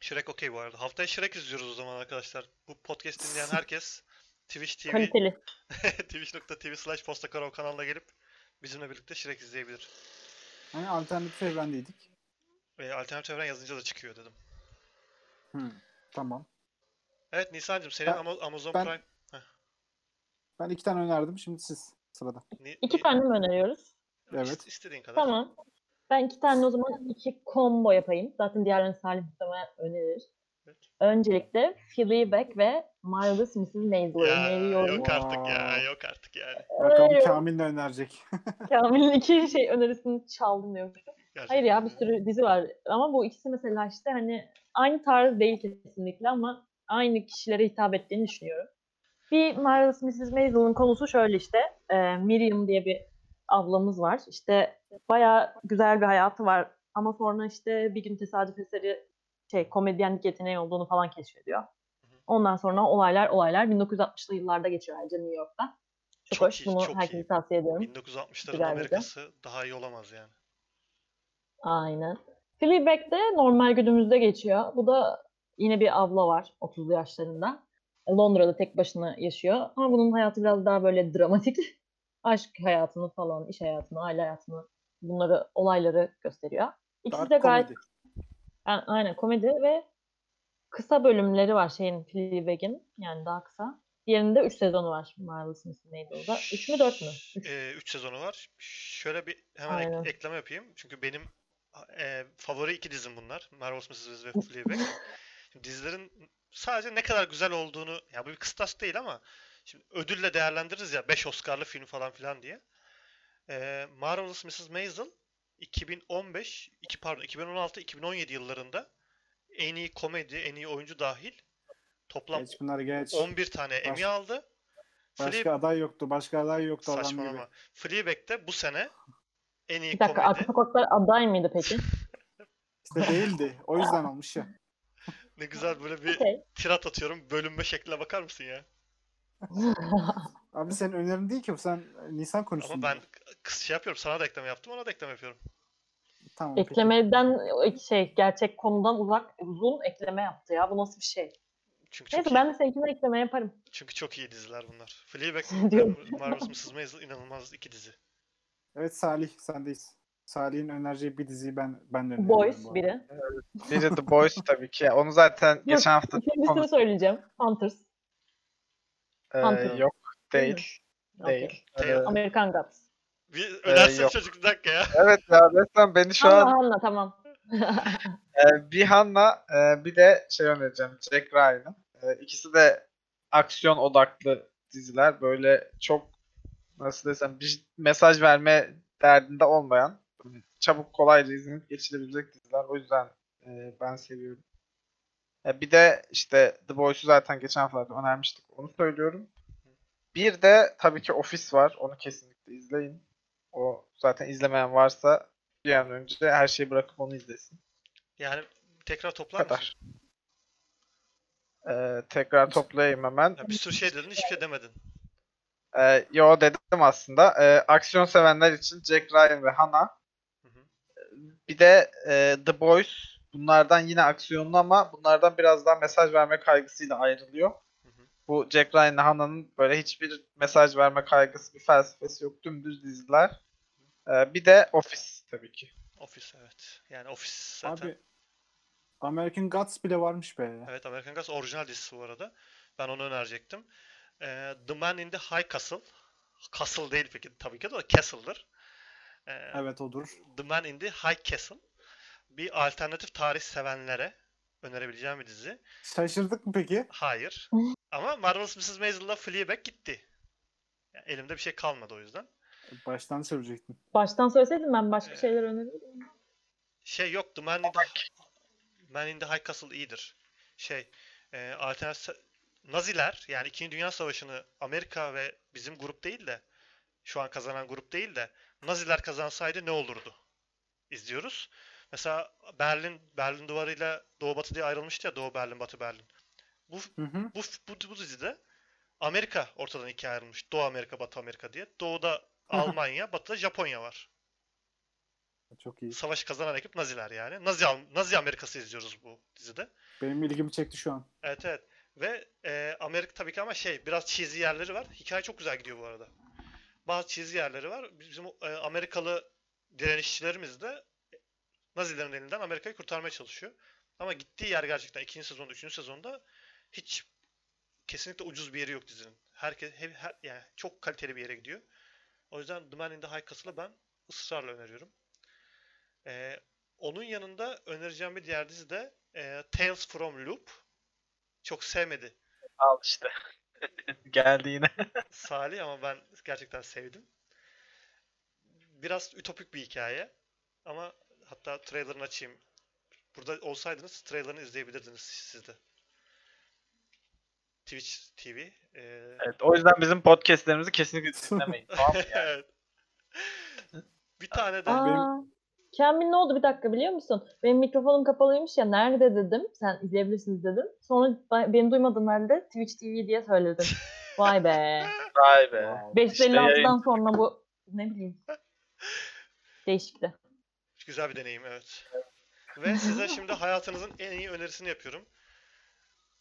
Speaker 3: Shrek okey bu arada. Haftaya Shrek izliyoruz o zaman arkadaşlar. Bu podcast dinleyen
Speaker 2: [LAUGHS]
Speaker 3: herkes Twitch TV,
Speaker 5: Kaliteli.
Speaker 3: [LAUGHS] twitch.tv slash postakarov kanalına gelip bizimle birlikte Shrek izleyebilir.
Speaker 2: Hani alternatif evrendeydik.
Speaker 3: Ve Ee, alternatif evren yazınca da çıkıyor dedim.
Speaker 2: Tamam.
Speaker 3: Evet Nisan'cığım senin
Speaker 2: Ben-
Speaker 3: Ama- Amazon
Speaker 2: ben-
Speaker 3: Prime...
Speaker 2: Ben iki tane önerdim. Şimdi siz sırada.
Speaker 3: Ni-
Speaker 5: İki
Speaker 3: ni-
Speaker 5: tane mi öneriyoruz?
Speaker 3: is-
Speaker 2: Evet.
Speaker 3: istediğin kadar.
Speaker 5: Tamam. Ben iki tane o zaman iki combo yapayım. Zaten diğerlerini Salih muhtemelen önerir.
Speaker 3: Evet.
Speaker 5: Öncelikle Fleabag ve Marvelous Mrs. Maisel
Speaker 3: Ya,
Speaker 5: öneriyorum.
Speaker 3: yok artık ya
Speaker 2: Wow.
Speaker 3: yok artık yani.
Speaker 2: Bakalım
Speaker 5: Öyle.
Speaker 2: Kamil ne önerecek.
Speaker 5: Kamil'in iki şey önerisini çaldım diyor.
Speaker 3: Gerçekten.
Speaker 5: Hayır ya bir sürü dizi var. Ama bu ikisi mesela işte hani aynı tarz değil kesinlikle ama aynı kişilere hitap ettiğini düşünüyorum. Bir Marvelous Mrs. Maisel'ın konusu şöyle işte. e, Miriam diye bir ablamız var. İşte bayağı güzel bir hayatı var. Ama sonra işte bir gün tesadüf eseri şey komedyenlik yeteneği olduğunu falan keşfediyor. Ondan sonra olaylar olaylar 1960'lı yıllarda geçiyor ayrıca New York'ta. Çok,
Speaker 3: Çok
Speaker 5: hoş.
Speaker 3: iyi,
Speaker 5: Bunu
Speaker 3: çok iyi.
Speaker 5: herkese tavsiye ediyorum.
Speaker 3: 1960'ların
Speaker 5: Güzel bir de.
Speaker 3: Amerikası daha iyi olamaz yani.
Speaker 5: Aynen. Fleabag de normal günümüzde geçiyor. Bu da yine bir abla var 30'lu yaşlarında. E, Londra'da tek başına yaşıyor. Ama bunun hayatı biraz daha böyle dramatik. [LAUGHS] Aşk hayatını falan, iş hayatını, aile hayatını bunları, olayları gösteriyor. İkisi de
Speaker 2: Dark
Speaker 5: gayet
Speaker 2: komedi.
Speaker 5: A- aynen komedi ve kısa bölümleri var şeyin Fleabag'in. Yani daha kısa. Diğerinde 3 sezonu var. Marvelous Mrs. Maisel'da. 3 mü 4 mü? Üç.
Speaker 3: 3 sezonu var. Şöyle bir hemen ek-
Speaker 5: Aynen.
Speaker 3: ekleme yapayım. Çünkü benim e, favori iki dizim bunlar. Marvelous Mrs. ve Fleabag. Şimdi dizilerin sadece ne kadar güzel olduğunu, ya bu bir kıstas değil ama şimdi ödülle değerlendiririz ya 5 Oscar'lı film falan filan diye. E, Marvelous Mrs. Maisel 2015, iki pardon 2016-2017 yıllarında en iyi komedi, en iyi oyuncu dahil toplam
Speaker 2: Geç bunları geç.
Speaker 3: 11 tane Emmy
Speaker 2: Başka-
Speaker 3: aldı. Fleabag-
Speaker 2: Başka aday yoktu. Başka aday yoktu adam gibi.
Speaker 3: Saçmalama. Fleabag'de bu sene en iyi
Speaker 5: Bir dakika
Speaker 3: komedi.
Speaker 5: Arka Sokaklar aday mıydı peki?
Speaker 2: İşte değildi. O yüzden almış ya.
Speaker 3: Ne güzel böyle bir
Speaker 5: Okey.
Speaker 3: tirat atıyorum. Bölünme şekline bakar mısın ya?
Speaker 2: Abi senin önerin değil ki. bu, Sen Nisan konuşsun.
Speaker 3: Ama ben kız şey yapıyorum. Sana da ekleme yaptım. Ona da ekleme yapıyorum.
Speaker 2: Tamam, peki.
Speaker 5: Eklemeden şey gerçek konudan uzak uzun ekleme yaptı ya. Bu nasıl bir şey?
Speaker 3: Çünkü çok,
Speaker 5: Neyse
Speaker 3: iyi,
Speaker 5: ben de seninkine ekleme yaparım.
Speaker 3: çünkü çok iyi diziler bunlar. Fleabag
Speaker 5: [LAUGHS] Diyorum.
Speaker 3: ve Marvelous Mrs. Maisel inanılmaz iki dizi.
Speaker 2: Evet Salih sendeyiz. Salih'in önereceği bir diziyi ben ben de öneriyorum. bu
Speaker 5: Boys
Speaker 2: arada.
Speaker 5: biri.
Speaker 4: Biri The Boys tabii ki. ya. Onu zaten geçen hafta
Speaker 5: İkincisini
Speaker 4: konuş-
Speaker 5: söyleyeceğim. Hunters.
Speaker 4: Ee,
Speaker 5: Hunter.
Speaker 4: yok
Speaker 5: Değil
Speaker 4: değil.
Speaker 5: Okey.
Speaker 4: Değil. Ee,
Speaker 3: Değil.
Speaker 5: American Gods.
Speaker 3: Bir önersin
Speaker 4: yok.
Speaker 3: çocuk bir dakika ya.
Speaker 4: evet ya resmen beni şu
Speaker 5: Hanna
Speaker 4: an
Speaker 5: Hanna tamam.
Speaker 4: e, bir Hanna e, bir de şey önereceğim Jack Ryan'ı. E, ikisi de aksiyon odaklı diziler. Böyle çok nasıl desem bir mesaj verme derdinde olmayan hani çabuk kolayca izlenip geçilebilecek diziler. O yüzden e, ben seviyorum. E, bir de işte The Boys'u zaten geçen haftalarda önermiştik. Onu söylüyorum. Bir de tabii ki Office var. Onu kesinlikle izleyin. O zaten izlemeyen varsa bir an önce her şeyi bırakıp onu izlesin.
Speaker 3: Yani tekrar
Speaker 4: Bu
Speaker 3: toplar mısın?
Speaker 4: kadar. E, tekrar toplayayım hemen.
Speaker 3: Ya bir sürü şey dedin hiçbir şey demedin.
Speaker 4: Ee, yo dedim aslında. Ee, aksiyon sevenler için Jack Ryan ve Hannah.
Speaker 3: Hı hı.
Speaker 4: Bir de e, The Boys. Bunlardan yine aksiyonlu ama bunlardan biraz daha mesaj verme kaygısıyla ayrılıyor.
Speaker 3: hı.
Speaker 4: Bu Jack Ryan ve Hannah'nın böyle hiçbir mesaj verme kaygısı, bir felsefesi yok. Dümdüz diziler. Ee, bir de Office tabii ki.
Speaker 3: Office evet. Yani Office zaten.
Speaker 2: Abi American Gods bile varmış be.
Speaker 3: Evet American Gods orijinal dizisi bu arada. Ben onu önerecektim. Ee, The Man in the High Castle. Castle değil peki tabii ki de o Castle'dır. Ee,
Speaker 2: Evet odur.
Speaker 3: The Man in the High Castle. Bir alternatif tarih sevenlere önerebileceğim bir dizi.
Speaker 2: Şaşırdık mı peki?
Speaker 3: Hayır. Ama Marvelous Mrs. Maisel'la Fleabag gitti. Yani elimde bir şey kalmadı o yüzden.
Speaker 2: Baştan söyleyecektim.
Speaker 5: Baştan söyleseydim ben başka
Speaker 3: Evet.
Speaker 5: şeyler önerirdim.
Speaker 3: Şey yok The Man in the, Man in the High Castle iyidir. Şey e, alternatif Naziler yani 2. Dünya Savaşı'nı Amerika ve bizim grup değil de şu an kazanan grup değil de Naziler kazansaydı ne olurdu? İzliyoruz. Mesela Berlin Berlin duvarıyla Doğu Batı diye ayrılmıştı ya Doğu Berlin Batı Berlin. Bu
Speaker 2: Hı hı.
Speaker 3: bu, bu, bu dizide Amerika ortadan ikiye ayrılmış. Doğu Amerika, Batı Amerika diye. Doğuda Almanya, Batı'da Japonya var.
Speaker 2: Çok iyi.
Speaker 3: Savaşı kazanan ekip Naziler yani. Nazi, Al- Nazi Amerikası izliyoruz bu dizide.
Speaker 2: Benim ilgimi çekti şu an.
Speaker 3: Evet evet. Ve e, Amerika tabii ki ama şey biraz cheesy yerleri var. Hikaye çok güzel gidiyor bu arada. Bazı cheesy yerleri var. Bizim e, Amerikalı direnişçilerimiz de Nazilerin elinden Amerika'yı kurtarmaya çalışıyor. Ama gittiği yer gerçekten ikinci sezonda, üçüncü sezonda hiç kesinlikle ucuz bir yeri yok dizinin. Herkes he- her, yani çok kaliteli bir yere gidiyor. O yüzden The Man in the High Castle'ı ben ısrarla öneriyorum. E, onun yanında önereceğim bir diğer dizi de e, Tales from Loop çok sevmedi
Speaker 4: Al işte. [LAUGHS] Geldi yine.
Speaker 3: Salih ama ben gerçekten sevdim. Biraz ütopik bir hikaye ama hatta trailerını açayım. Burada olsaydınız trailerını izleyebilirdiniz siz de. Twitch TV. eee,
Speaker 4: Evet, o yüzden bizim podcastlerimizi kesinlikle [LAUGHS] dinlemeyin. Tamam mı yani?
Speaker 3: evet. [LAUGHS] bir tane de
Speaker 5: Aa,
Speaker 2: benim-
Speaker 5: Kamil ne oldu bir dakika biliyor musun? Benim mikrofonum kapalıymış ya nerede dedim. Sen izleyebilirsiniz dedim. Sonra ben- beni duymadın halde Twitch TV diye söyledim. Vay be.
Speaker 4: Vay be.
Speaker 2: Wow.
Speaker 5: 556'dan sonra bu ne bileyim. Değişikti.
Speaker 3: güzel bir deneyim evet. Ve size şimdi hayatınızın en iyi önerisini yapıyorum.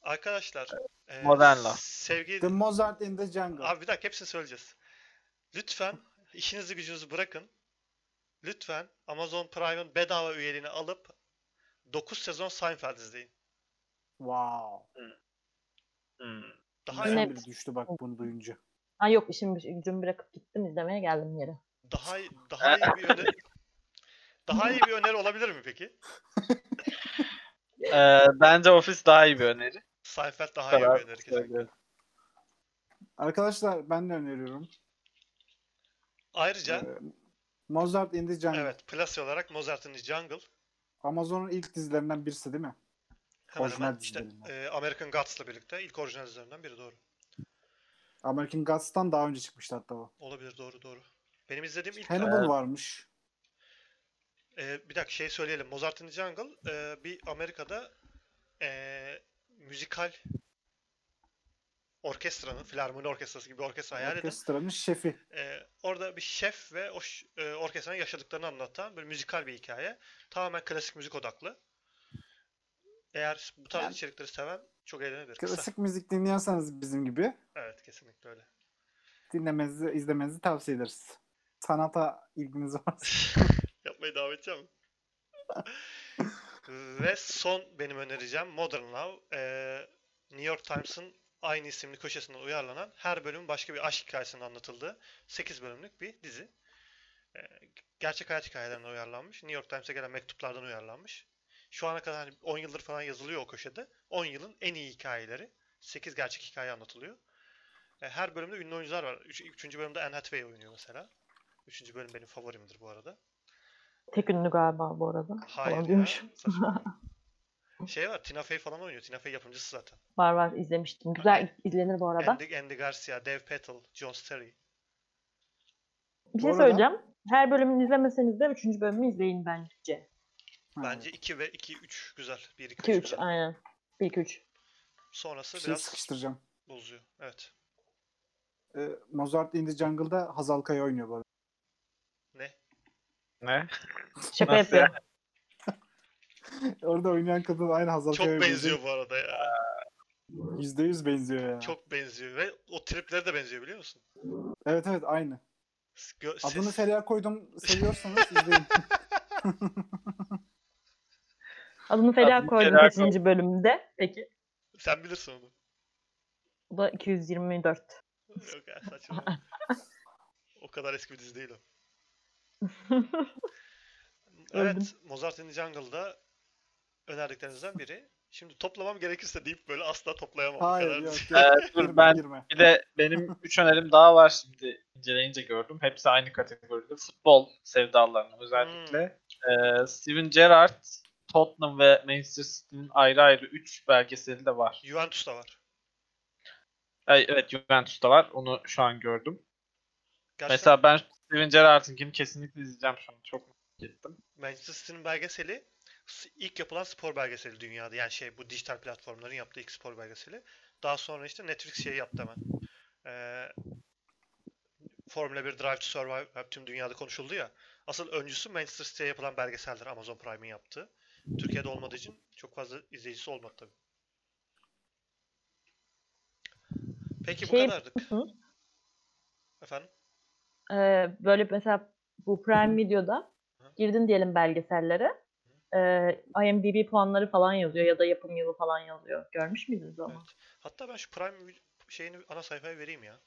Speaker 3: Arkadaşlar, eee,
Speaker 4: Modern Love.
Speaker 3: Sevgili
Speaker 2: The Mozart in the Jungle.
Speaker 3: Abi bir dakika hepsini söyleyeceğiz. Lütfen işinizi gücünüzü bırakın. Lütfen Amazon Prime'ın bedava üyeliğini alıp 9 sezon Seinfeld izleyin.
Speaker 2: Wow.
Speaker 4: Hmm.
Speaker 3: Daha
Speaker 2: Güzel
Speaker 5: Evet.
Speaker 2: bir düştü bak bunu duyunca.
Speaker 5: Ha yok işim gücüm bırakıp gittim izlemeye geldim yere.
Speaker 3: daha iyi- daha iyi bir öneri daha iyi bir öneri olabilir mi peki?
Speaker 4: Ee, bence ofis daha iyi bir öneri.
Speaker 3: Seinfeld daha iyi
Speaker 4: Karar
Speaker 3: bir öneri kesinlikle.
Speaker 2: Arkadaşlar ben de öneriyorum.
Speaker 3: Ayrıca
Speaker 2: Ee, Mozart in the Jungle.
Speaker 3: evet plasi olarak Mozart'ın Jungle
Speaker 2: Amazon'un ilk dizilerinden birisi değil mi?
Speaker 3: hemen
Speaker 2: Orijinal
Speaker 3: hemen işte
Speaker 2: dizilerinden.
Speaker 3: e, American Gods'la birlikte ilk orijinal dizilerinden biri doğru.
Speaker 2: American Gods'tan daha önce çıkmıştı hatta o.
Speaker 3: Olabilir doğru doğru. Benim izlediğim ilk
Speaker 2: Hannibal
Speaker 4: Evet.
Speaker 2: varmış.
Speaker 3: Ee, bir dakika şey söyleyelim. Mozart in the Jungle e, bir Amerika'da e, müzikal orkestranın, filarmoni orkestrası gibi bir orkestra hayal edin.
Speaker 2: Orkestranın şefi.
Speaker 3: E, orada bir şef ve o ş- e, orkestranın yaşadıklarını anlatan böyle müzikal bir hikaye. Tamamen klasik müzik odaklı. Eğer bu tarz
Speaker 2: Yani-
Speaker 3: içerikleri seven çok eğlenebilir. Kısa.
Speaker 2: Klasik müzik dinliyorsanız bizim gibi
Speaker 3: Evet kesinlikle öyle.
Speaker 2: dinlemenizi, izlemenizi tavsiye ederiz. Sanata ilginiz varsa.
Speaker 3: Yapmaya devam edeceğim. Ve son benim önereceğim Modern Love. Ee, New York Times'ın aynı isimli köşesinden uyarlanan her bölüm başka bir aşk hikayesinin anlatıldığı 8 bölümlük bir dizi. Ee, gerçek hayat hikayelerinden uyarlanmış. New York Times'e gelen mektuplardan uyarlanmış. Şu ana kadar hani 10 yıldır falan yazılıyor o köşede. 10 yılın en iyi hikayeleri. 8 gerçek hikaye anlatılıyor. Ee, her bölümde ünlü oyuncular var. 3. bölümde Anne Hathaway oynuyor mesela. 3. bölüm benim favorimdir bu arada.
Speaker 5: Tek ünlü galiba bu arada.
Speaker 3: Hayır
Speaker 5: Falan
Speaker 3: ya,
Speaker 5: diyormuş.
Speaker 3: saçmalama.
Speaker 5: [LAUGHS]
Speaker 3: şey var, Tina Fey falan oynuyor. Tina Fey yapımcısı zaten.
Speaker 5: Var var izlemiştim. Güzel izlenir bu arada.
Speaker 3: Andy, Andy Garcia, Dave Patel, John Sterry.
Speaker 5: Bir
Speaker 2: Bu
Speaker 5: şey
Speaker 2: arada-
Speaker 5: söyleyeceğim. Her bölümünü izlemeseniz de 3. bölümünü izleyin bence.
Speaker 3: [LAUGHS] Bence 2 ve 2 3 güzel. 1 2 3
Speaker 5: 2-3
Speaker 3: güzel.
Speaker 5: aynen. 1-2-3.
Speaker 3: Sonrası
Speaker 2: Bir şey
Speaker 3: biraz
Speaker 2: sıkıştıracağım.
Speaker 3: bozuyor. Evet.
Speaker 2: Ee, Mozart in the Jungle'da Hazal Kaya oynuyor bu arada. [LAUGHS]
Speaker 3: Ne?
Speaker 4: Ne?
Speaker 5: Şaka
Speaker 4: Nasıl
Speaker 5: yapıyorum.
Speaker 2: Orada oynayan kadın aynı Hazal
Speaker 3: Çok
Speaker 2: Kaya'ya
Speaker 3: benziyor bu arada ya.
Speaker 2: Yüzde yüz benziyor ya.
Speaker 3: Çok benziyor ve o tripleri de benziyor biliyor musun?
Speaker 2: Evet evet aynı.
Speaker 3: S- gö- ses-
Speaker 2: Adını Feriha koydum seviyorsanız izleyin.
Speaker 5: Adını Feriha
Speaker 4: Adını
Speaker 5: koydum
Speaker 4: Feriha
Speaker 5: kaçıncı bölümde? Peki.
Speaker 3: Sen bilirsin onu.
Speaker 5: Bu da 224.
Speaker 3: Yok ya saçmalama. o kadar eski bir dizi değil o.
Speaker 5: Öldüm.
Speaker 3: evet, Mozart in the Jungle'da önerdiklerinizden biri. Şimdi toplamam gerekirse deyip böyle asla toplayamam. o
Speaker 2: Hayır
Speaker 3: kadar
Speaker 2: yok.
Speaker 3: dizi.
Speaker 2: yok.
Speaker 4: Ee, dur
Speaker 2: Girme,
Speaker 4: ben
Speaker 2: girme.
Speaker 4: bir de benim 3 önerim daha var şimdi inceleyince gördüm. Hepsi aynı kategoride. Futbol sevdalarının özellikle. Ee, Steven Gerrard, Tottenham ve Manchester City'nin ayrı ayrı 3 belgeseli de var.
Speaker 3: Juventus'ta var.
Speaker 4: Ay, evet Juventus'ta var. Onu şu an gördüm.
Speaker 3: Gerçekten
Speaker 4: Mesela ben Steven Gerrard'ınkini kesinlikle izleyeceğim şu an. Çok merak ettim.
Speaker 3: Manchester City'nin belgeseli s- ilk yapılan spor belgeseli dünyada. Yani şey bu dijital platformların yaptığı ilk spor belgeseli. Daha sonra işte Netflix şeyi yaptı hemen. Ee, Formula 1 Drive to Survive hep tüm dünyada konuşuldu ya. Asıl öncüsü Manchester City'ye yapılan belgeseldir Amazon Prime'in yaptığı. Türkiye'de olmadığı için çok fazla izleyicisi olmadı tabii. Peki bu
Speaker 5: Şey-
Speaker 3: kadardık.
Speaker 5: Hı?
Speaker 3: Efendim?
Speaker 5: Ee, böyle mesela bu Prime Video'da girdin diyelim belgesellere. Ee, IMDb puanları falan yazıyor ya da yapım yılı falan yazıyor. Görmüş müydünüz onu?
Speaker 3: Evet. Hatta ben şu Prime vid- şeyini ana sayfaya vereyim ya.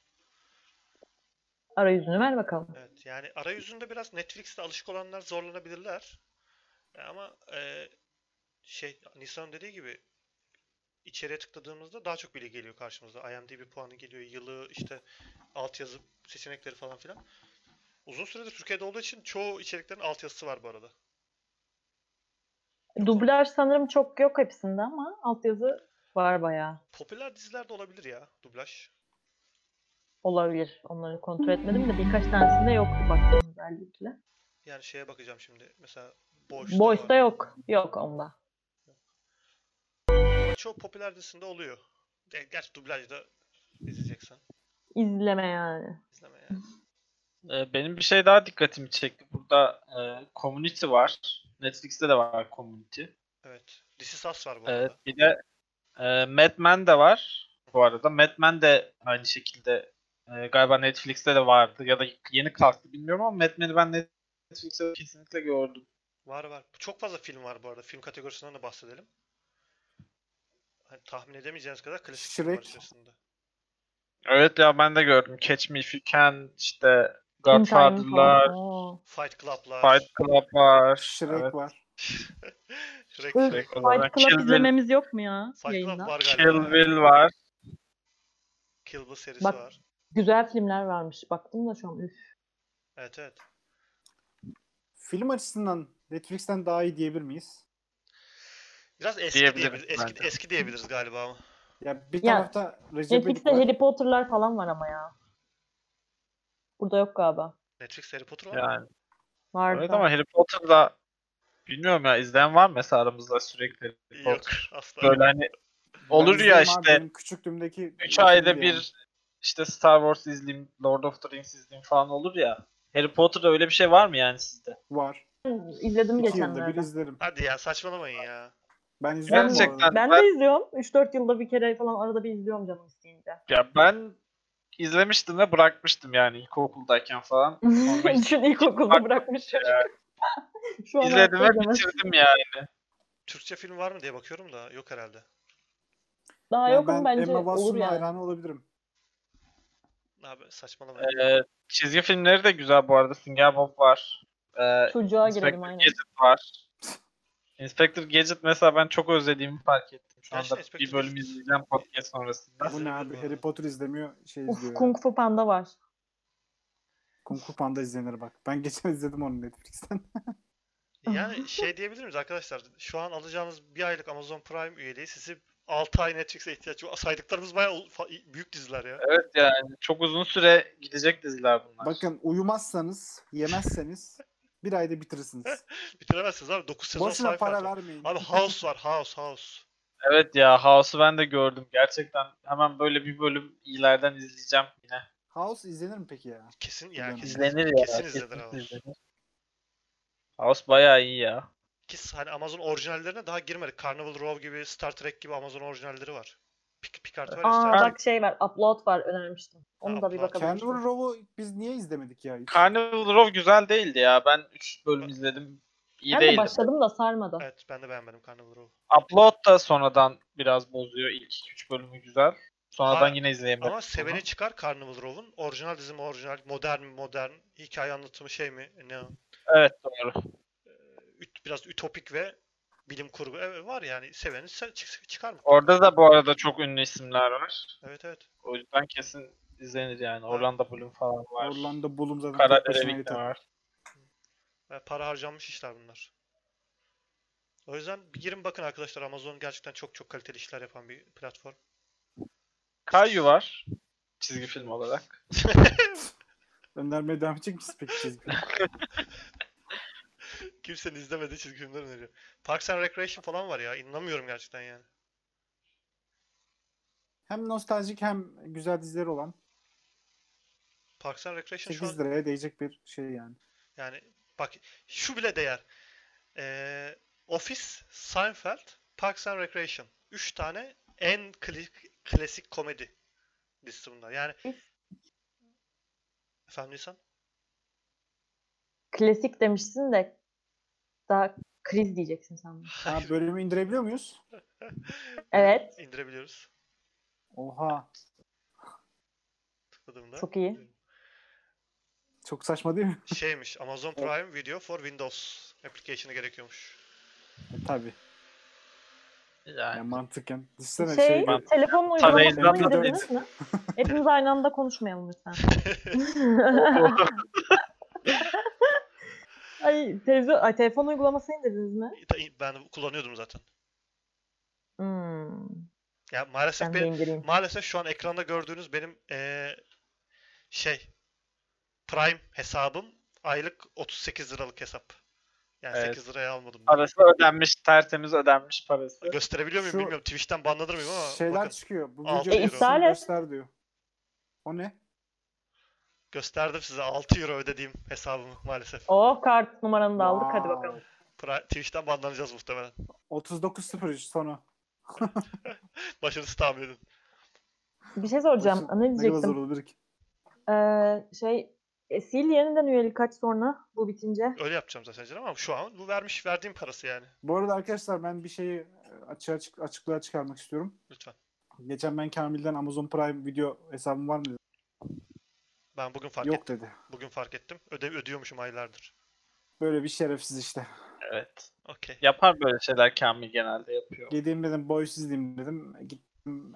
Speaker 5: Arayüzünü ver bakalım.
Speaker 3: Evet yani arayüzünde biraz Netflix'te alışık olanlar zorlanabilirler. E, Ama e, şey Nisan dediği gibi içeriye tıkladığımızda daha çok bilgi geliyor karşımıza. IMDb puanı geliyor, yılı işte altyazı seçenekleri falan filan. Uzun süredir Türkiye'de olduğu için çoğu içeriklerin altyazısı var bu arada.
Speaker 5: Dublaj sanırım çok yok hepsinde ama altyazı var bayağı.
Speaker 3: Popüler diziler de olabilir ya dublaj.
Speaker 5: Olabilir. Onları kontrol etmedim de birkaç tanesinde yoktu baktım özellikle.
Speaker 3: Yani şeye bakacağım şimdi. Mesela Boş'ta
Speaker 5: Boys'ta
Speaker 3: var.
Speaker 5: yok. Yok onda.
Speaker 3: Ama çoğu popüler dizisinde oluyor. E, Gerçi dublajda izleyeceksen
Speaker 5: İzleme yani.
Speaker 3: izleme yani.
Speaker 4: Ee, Benim bir şey daha dikkatimi çekti. Burada e, Community var. Netflix'te de var Community.
Speaker 3: Evet. This Is Us var bu
Speaker 4: Evet,
Speaker 3: arada.
Speaker 4: bir de e, Mad Men de var bu arada. Mad Men de aynı şekilde e, galiba Netflix'te de vardı ya da yeni kalktı bilmiyorum ama Mad Men'i ben Netflix'te kesinlikle gördüm.
Speaker 3: Var var. Çok fazla film var bu arada. Film kategorisinden de bahsedelim. Hani tahmin edemeyeceğiniz kadar klasik film var
Speaker 2: Shrek.
Speaker 3: içerisinde.
Speaker 4: Evet ya ben de gördüm. Catch Me If You Can, işte
Speaker 5: Tim Time'ı falan.
Speaker 4: Godfather'lar,
Speaker 5: Oo.
Speaker 3: Fight Club'lar.
Speaker 4: Fight Club var.
Speaker 2: Shrek
Speaker 4: evet,
Speaker 2: var.
Speaker 3: Shrek,
Speaker 5: Öf,
Speaker 3: Shrek.
Speaker 4: Fight
Speaker 5: Fight Club
Speaker 4: Kill Bill-
Speaker 5: izlememiz yok mu ya
Speaker 3: Fight Club
Speaker 5: yayında?
Speaker 3: var
Speaker 4: Kill
Speaker 3: galiba.
Speaker 4: Bill var.
Speaker 3: Kill Bill serisi
Speaker 5: Bak-
Speaker 3: var.
Speaker 5: Güzel filmler varmış. Baktım da şu an. Üf.
Speaker 3: Evet evet.
Speaker 2: Film açısından Netflix'ten daha iyi diyebilir miyiz?
Speaker 3: Biraz eski
Speaker 4: Diyebiliriz
Speaker 3: diyebiliriz. Eski,
Speaker 4: bence.
Speaker 3: eski diyebiliriz galiba ama.
Speaker 2: Ya bir
Speaker 5: Ya,
Speaker 2: tarafta Recep İvedik
Speaker 5: Netflix'te
Speaker 2: var.
Speaker 5: Harry Potter'lar falan var ama ya. Burada yok galiba.
Speaker 3: Netflix Harry Potter var. mı?
Speaker 4: Yani.
Speaker 5: Var
Speaker 4: Evet
Speaker 5: da.
Speaker 4: ama Harry Potter'da bilmiyorum ya izleyen var mı mesela aramızda sürekli Harry
Speaker 3: Yok
Speaker 4: Potter?
Speaker 3: asla.
Speaker 4: Böyle hani olur
Speaker 2: Ben izleyeyim
Speaker 4: ya
Speaker 2: abi,
Speaker 4: işte
Speaker 2: benim küçüklüğümdeki
Speaker 4: 3 ayda
Speaker 2: yani.
Speaker 4: bir işte Star Wars izleyeyim, Lord of the Rings izleyeyim falan olur ya. Harry Potter'da öyle bir şey var mı yani sizde?
Speaker 2: var.
Speaker 5: Ben izledim
Speaker 2: İki yılda bir
Speaker 5: geçenlerde.
Speaker 2: izlerim.
Speaker 3: Hadi ya saçmalamayın ya.
Speaker 2: Ben izlerim bu arada.
Speaker 4: Gerçekten
Speaker 5: Ben de izliyorum. 3-4 yılda bir kere falan arada bir izliyorum canım isteyince.
Speaker 4: Ya ben izlemiştim ve bırakmıştım yani ilkokuldayken falan.
Speaker 5: [LAUGHS]
Speaker 4: Sonra hiç
Speaker 5: Düşün ilkokulda
Speaker 4: Bak-
Speaker 5: bırakmış çocuk. [LAUGHS] Şu an
Speaker 4: İzledim
Speaker 5: hayatta
Speaker 4: ve
Speaker 5: izlemez.
Speaker 4: bitirdim yani.
Speaker 3: Türkçe film var mı diye bakıyorum da yok herhalde.
Speaker 5: Daha
Speaker 2: Yani
Speaker 5: yok mu
Speaker 2: ben
Speaker 5: bence
Speaker 2: Emma
Speaker 5: olur
Speaker 2: Watson'ın
Speaker 5: yani.
Speaker 2: hayranı olabilirim.
Speaker 3: Abi saçmalamayın.
Speaker 4: Ee, çizgi filmleri de güzel bu arada. Sünger Bob var. Ee,
Speaker 5: Çocuğa girelim
Speaker 4: Inspector
Speaker 5: aynen.
Speaker 4: Gadget var. [LAUGHS] Inspector Gadget mesela ben çok özlediğimi fark ettim. Şu
Speaker 3: Gerçekten
Speaker 4: anda bir
Speaker 3: Inspector
Speaker 4: bölüm
Speaker 3: Gadget.
Speaker 4: izleyeceğim podcast sonrasında.
Speaker 2: Bu ne abi?
Speaker 3: Bu
Speaker 2: Harry
Speaker 3: arada.
Speaker 2: Potter izlemiyor, şey izliyor.
Speaker 5: Uf
Speaker 2: ya.
Speaker 5: Kung Fu Panda var.
Speaker 2: Kung Fu Panda izlenir bak. Ben [LAUGHS] geçen izledim onu Netflix'ten.
Speaker 3: Yani şey diyebilir miyiz arkadaşlar? Şu an alacağınız bir aylık Amazon Prime üyeliği sizi 6 ay Netflix'e ihtiyaç var. Saydıklarımız bayağı ul- fa- büyük diziler ya.
Speaker 4: Evet yani çok uzun süre gidecek diziler bunlar.
Speaker 2: Bakın uyumazsanız, yemezseniz bir ayda bitirirsiniz.
Speaker 3: Bitiremezsiniz abi. 9 sezon
Speaker 2: Boşuna
Speaker 3: sci-fi
Speaker 2: para
Speaker 3: zaten.
Speaker 2: vermeyin.
Speaker 3: Abi House var. House, House.
Speaker 4: Evet ya House'u ben de gördüm. Gerçekten hemen böyle bir bölüm iyilerden izleyeceğim yine.
Speaker 2: House izlenir mi peki ya?
Speaker 3: Kesin ya
Speaker 2: Yani.
Speaker 3: kesin.
Speaker 4: İzlenir ya.
Speaker 3: Kesin izlenir House.
Speaker 4: House bayağı iyi ya.
Speaker 3: Ki hani Amazon orijinallerine daha girmedik. Carnival Row gibi, Star Trek gibi Amazon orijinalleri var. Pic- Picard var ya
Speaker 5: Aa
Speaker 3: Star Trek.
Speaker 5: bak şey var. Upload var önermiştim. Onu da bir
Speaker 3: Upload.
Speaker 5: bakabilirsin.
Speaker 2: Kendall Rowe'u biz niye izlemedik ya? hiç?
Speaker 4: Carnival Row güzel değildi ya. Ben 3 bölüm izledim. İyi
Speaker 5: Ben de
Speaker 4: değildi.
Speaker 5: başladım da sarmadı.
Speaker 3: Evet ben de beğenmedim Carnival Row.
Speaker 4: Upload da sonradan biraz bozuyor. İlk 3 bölümü güzel. Sonradan
Speaker 3: Ha,
Speaker 4: yine izleyemedim.
Speaker 3: Ama seveni çıkar Carnival Row'un. Orijinal dizi mi orijinal, modern mi modern, hikaye anlatımı şey mi ne o?
Speaker 4: Evet doğru.
Speaker 3: üt- biraz ütopik ve bilim kurgu evet, var yani seveni se- çık- çıkar mı?
Speaker 4: Orada da bu arada çok ünlü isimler var.
Speaker 3: Evet evet.
Speaker 4: O yüzden kesin izlenir yani. Orlando Bloom falan var.
Speaker 2: Orlando Bloom zaten
Speaker 4: Kara
Speaker 2: tek başına
Speaker 4: Derevik de
Speaker 2: yeter.
Speaker 4: var.
Speaker 3: Ve para harcanmış işler bunlar. O yüzden bir girin bakın arkadaşlar Amazon gerçekten çok çok kaliteli işler yapan bir platform.
Speaker 4: Kayu var. Çizgi film olarak.
Speaker 2: Önermeye devam edecek misin peki çizgi?
Speaker 3: [LAUGHS]
Speaker 2: film?
Speaker 3: Kimsenin izlemediği çizgi filmler öneriyor. Parks and Recreation falan var ya inanamıyorum gerçekten yani.
Speaker 2: hem nostaljik hem güzel dizileri olan.
Speaker 3: Parks and Recreation şu an
Speaker 2: 8 liraya değecek bir şey
Speaker 3: [LAUGHS]
Speaker 2: yani.
Speaker 3: Yani bak şu bile değer. Ee, Office, Seinfeld, Parks and Recreation. Üç tane en kli- klasik komedi dizisi bunlar. Yani efendim insan
Speaker 5: Klasik demişsin de daha kriz diyeceksin sandım.
Speaker 2: Ha, bölümü indirebiliyor muyuz?
Speaker 5: Evet.
Speaker 3: indirebiliyoruz.
Speaker 2: Oha.
Speaker 3: Tıkladığımda.
Speaker 5: Çok iyi.
Speaker 2: Çok saçma
Speaker 3: [LAUGHS]
Speaker 2: değil mi?
Speaker 3: Şeymiş Amazon Prime Video for Windows application'ı gerekiyormuş.
Speaker 2: E, Tabii.
Speaker 4: Yani.
Speaker 2: Yani mantıken. Düşünsene
Speaker 5: Şey,
Speaker 2: şey,
Speaker 4: ben-
Speaker 5: Telefon
Speaker 4: Tarayıcıdan
Speaker 5: uygulamasını
Speaker 2: da-
Speaker 5: indirdiniz mi? Hepimiz aynı anda konuşmayalım lütfen. ay, televizyon, ay, telefon uygulamasını indirdiniz mi?
Speaker 3: Ben kullanıyordum zaten.
Speaker 5: Hmm,
Speaker 3: Ya maalesef
Speaker 5: ben de
Speaker 3: benim
Speaker 5: indireyim.
Speaker 3: Maalesef şu an ekranda gördüğünüz benim eee, şey Prime hesabım aylık 38 liralık hesap. Yani
Speaker 4: Evet.
Speaker 3: 8 liraya almadım. bunu.
Speaker 4: Parası ödenmiş, tertemiz ödenmiş parası.
Speaker 3: Gösterebiliyor muyum
Speaker 2: Şu-
Speaker 3: bilmiyorum. Twitch'ten banlanır mıyım ama
Speaker 2: şeyler
Speaker 3: bakın şey
Speaker 2: çıkıyor. Bu
Speaker 3: Altı
Speaker 2: videoyu
Speaker 5: euro. İptal et.
Speaker 2: göster diyor. O ne?
Speaker 3: gösterdim size 6 euro ödediğim hesabımı maalesef.
Speaker 5: Oh kart numaranı da aldık hadi bakalım.
Speaker 2: Wow.
Speaker 3: Pri- Twitch'ten banlanacağız muhtemelen. [LAUGHS]
Speaker 2: 39.03 sonu.
Speaker 3: Başınızı tahmin edin.
Speaker 5: Bir şey soracağım.
Speaker 2: Başın-
Speaker 5: Ne
Speaker 2: Ne kadar
Speaker 5: diyecektim?
Speaker 2: zor olabilir ki?
Speaker 5: Ee, şey e, Sil yeniden üyelik kaç sonra bu bitince?
Speaker 3: Öyle yapacağım zaten canım ama şu an bu vermiş verdiğim parası yani.
Speaker 2: Bu arada arkadaşlar ben bir şeyi e, açığa çık- açıklığa çıkarmak istiyorum.
Speaker 3: Lütfen.
Speaker 2: Geçen ben Kamil'den Amazon Prime video hesabım var mı? dedim.
Speaker 3: Ben bugün fark
Speaker 2: Yok
Speaker 3: ettim.
Speaker 2: dedi.
Speaker 3: Bugün fark ettim. Öde ödüyormuşum aylardır.
Speaker 2: Böyle bir şerefsiz işte.
Speaker 4: Evet.
Speaker 3: Okey.
Speaker 4: Yapar böyle şeyler Kamil genelde yapıyor.
Speaker 2: Gideyim dedim boysuz izleyeyim dedim. Gittim.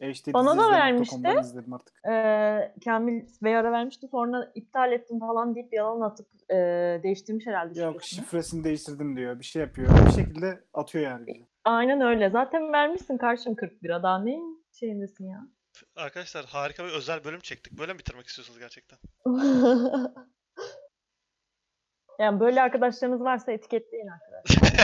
Speaker 2: e, HD
Speaker 5: Bana
Speaker 2: dizi
Speaker 5: da
Speaker 2: izledim,
Speaker 5: vermişti.
Speaker 2: .com'dan izledim artık.
Speaker 5: Ee, Kamil Bey ara vermişti sonra iptal ettim falan deyip yalan atıp e, değiştirmiş herhalde.
Speaker 2: Yok
Speaker 5: şifresini.
Speaker 2: şifresini değiştirdim diyor. Bir şey yapıyor. Bir şekilde atıyor yani. bizi.
Speaker 5: Aynen öyle. Zaten vermişsin karşım 40 lira. Daha neyin şeyindesin ya?
Speaker 3: Arkadaşlar harika bir özel bölüm çektik. Böyle mi bitirmek istiyorsunuz gerçekten?
Speaker 5: yani böyle arkadaşlarınız varsa etiketleyin arkadaşlar.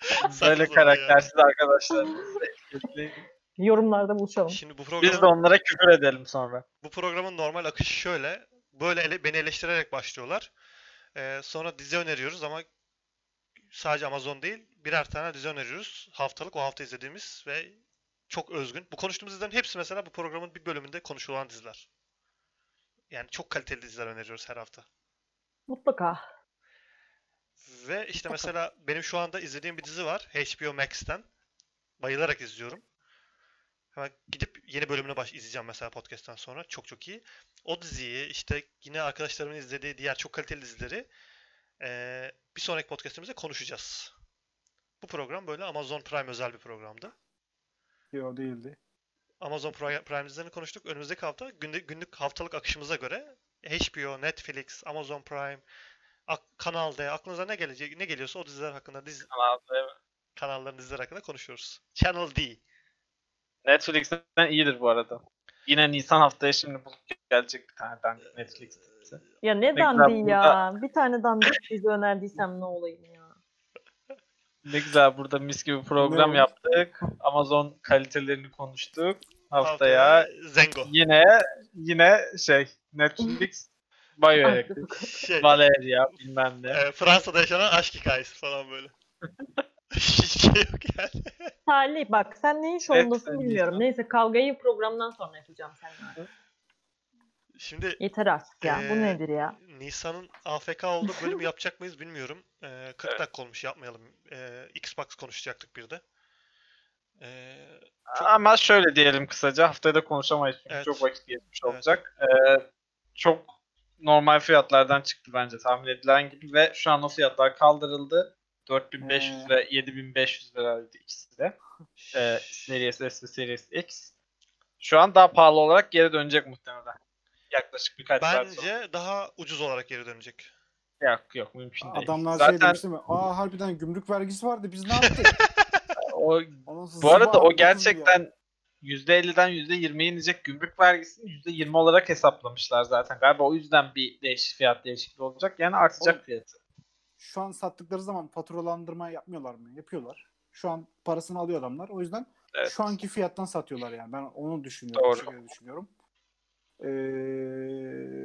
Speaker 3: Saçma
Speaker 4: Böyle
Speaker 3: sapan ya.
Speaker 4: karaktersiz arkadaşlar.
Speaker 5: [LAUGHS]
Speaker 3: [LAUGHS]
Speaker 5: Yorumlarda buluşalım.
Speaker 3: Şimdi bu programı
Speaker 4: Biz de onlara küfür edelim sonra.
Speaker 3: bu programın normal akışı şöyle. Böyle ele, beni eleştirerek başlıyorlar. Ee, sonra dizi öneriyoruz ama sadece Amazon değil birer tane dizi öneriyoruz. Haftalık o hafta izlediğimiz ve çok özgün. Bu konuştuğumuz dizilerin hepsi mesela bu programın bir bölümünde konuşulan diziler. Yani çok kaliteli diziler öneriyoruz her hafta.
Speaker 5: Mutlaka.
Speaker 3: Ve işte mesela benim şu anda izlediğim bir dizi var HBO Max'ten. Bayılarak izliyorum. Hemen gidip yeni bölümüne baş izleyeceğim mesela podcast'ten sonra. Çok çok iyi. O diziyi işte yine arkadaşlarımın izlediği diğer çok kaliteli dizileri eee, bir sonraki podcast'imizde konuşacağız. Bu program böyle Amazon Prime özel bir programdı.
Speaker 2: Yok değildi.
Speaker 3: Amazon Prime, Prime dizilerini konuştuk. Önümüzdeki hafta günde, günlük haftalık akışımıza göre HBO, Netflix, Amazon Prime, ak- Kanal D aklınıza ne gelecek ne geliyorsa o diziler hakkında dizi, kanalların diziler hakkında konuşuyoruz. Channel D.
Speaker 4: Netflix'ten iyidir bu arada. Yine Nisan haftaya şimdi bulup gelecek bir tane daha Netflix. dizisi.
Speaker 5: Ya ne
Speaker 4: güzel
Speaker 5: dandik
Speaker 4: burada-
Speaker 5: ya. Bir tane dandik dizi önerdiysem ne olayım ya.
Speaker 4: Ne güzel burada mis gibi program
Speaker 2: Ne?
Speaker 4: yaptık. Amazon kalitelerini konuştuk. Haftaya
Speaker 3: Zengo.
Speaker 4: yine yine şey Netflix Bayo'ya
Speaker 5: Artık.
Speaker 3: Şey,
Speaker 4: Valeria bilmem ne.
Speaker 3: e, Fransa'da yaşanan aşk hikayesi falan böyle. Hiç şey yok yani.
Speaker 5: Salih bak sen neyin şovundasın
Speaker 4: sen
Speaker 5: bilmiyorum.
Speaker 4: iyisin.
Speaker 5: Neyse kavgayı programdan sonra yapacağım seninle.
Speaker 3: Şimdi
Speaker 5: Yeter artık ya. Bu
Speaker 3: Ee,
Speaker 5: nedir ya?
Speaker 3: Nisan'ın AFK olduğu bölüm yapacak mıyız bilmiyorum. E, 40 dakika olmuş yapmayalım. E, Xbox konuşacaktık bir de. E,
Speaker 4: Ama şöyle diyelim kısaca haftaya da konuşamayız çünkü
Speaker 3: Evet.
Speaker 4: çok vakit geçmiş
Speaker 3: Evet.
Speaker 4: olacak. Ee, çok normal fiyatlardan çıktı bence tahmin edilen gibi ve şu an o fiyatlar kaldırıldı. 4500
Speaker 2: Hmm.
Speaker 4: ve 7500 liraydı ikisi de. Ee, Series S ve Series X. Şu an daha pahalı olarak geri dönecek muhtemelen. Yaklaşık birkaç saat sonra.
Speaker 3: bence daha ucuz olarak geri dönecek.
Speaker 4: Yok yok mümkün değil.
Speaker 2: Adamlar şey
Speaker 4: Zaten
Speaker 2: demiş değil mi? Aa harbiden gümrük vergisi vardı biz ne yaptık?
Speaker 4: [LAUGHS] o
Speaker 2: Ondan sonra
Speaker 4: Bu arada
Speaker 2: zıba
Speaker 4: o
Speaker 2: dokuz milyar.
Speaker 4: gerçekten %50'den %20'ye inecek gümrük vergisini %20 olarak hesaplamışlar zaten. Galiba o yüzden bir değişik fiyat değişikliği olacak. Yani artacak
Speaker 2: Oğlum.
Speaker 4: fiyatı.
Speaker 2: Şu an sattıkları zaman faturalandırma yapmıyorlar mı? Yapıyorlar. Şu an parasını alıyor adamlar. O yüzden
Speaker 4: Evet.
Speaker 2: şu anki fiyattan satıyorlar yani. Ben onu düşünüyorum.
Speaker 4: Doğru.
Speaker 2: şu şekilde düşünüyorum. Ee,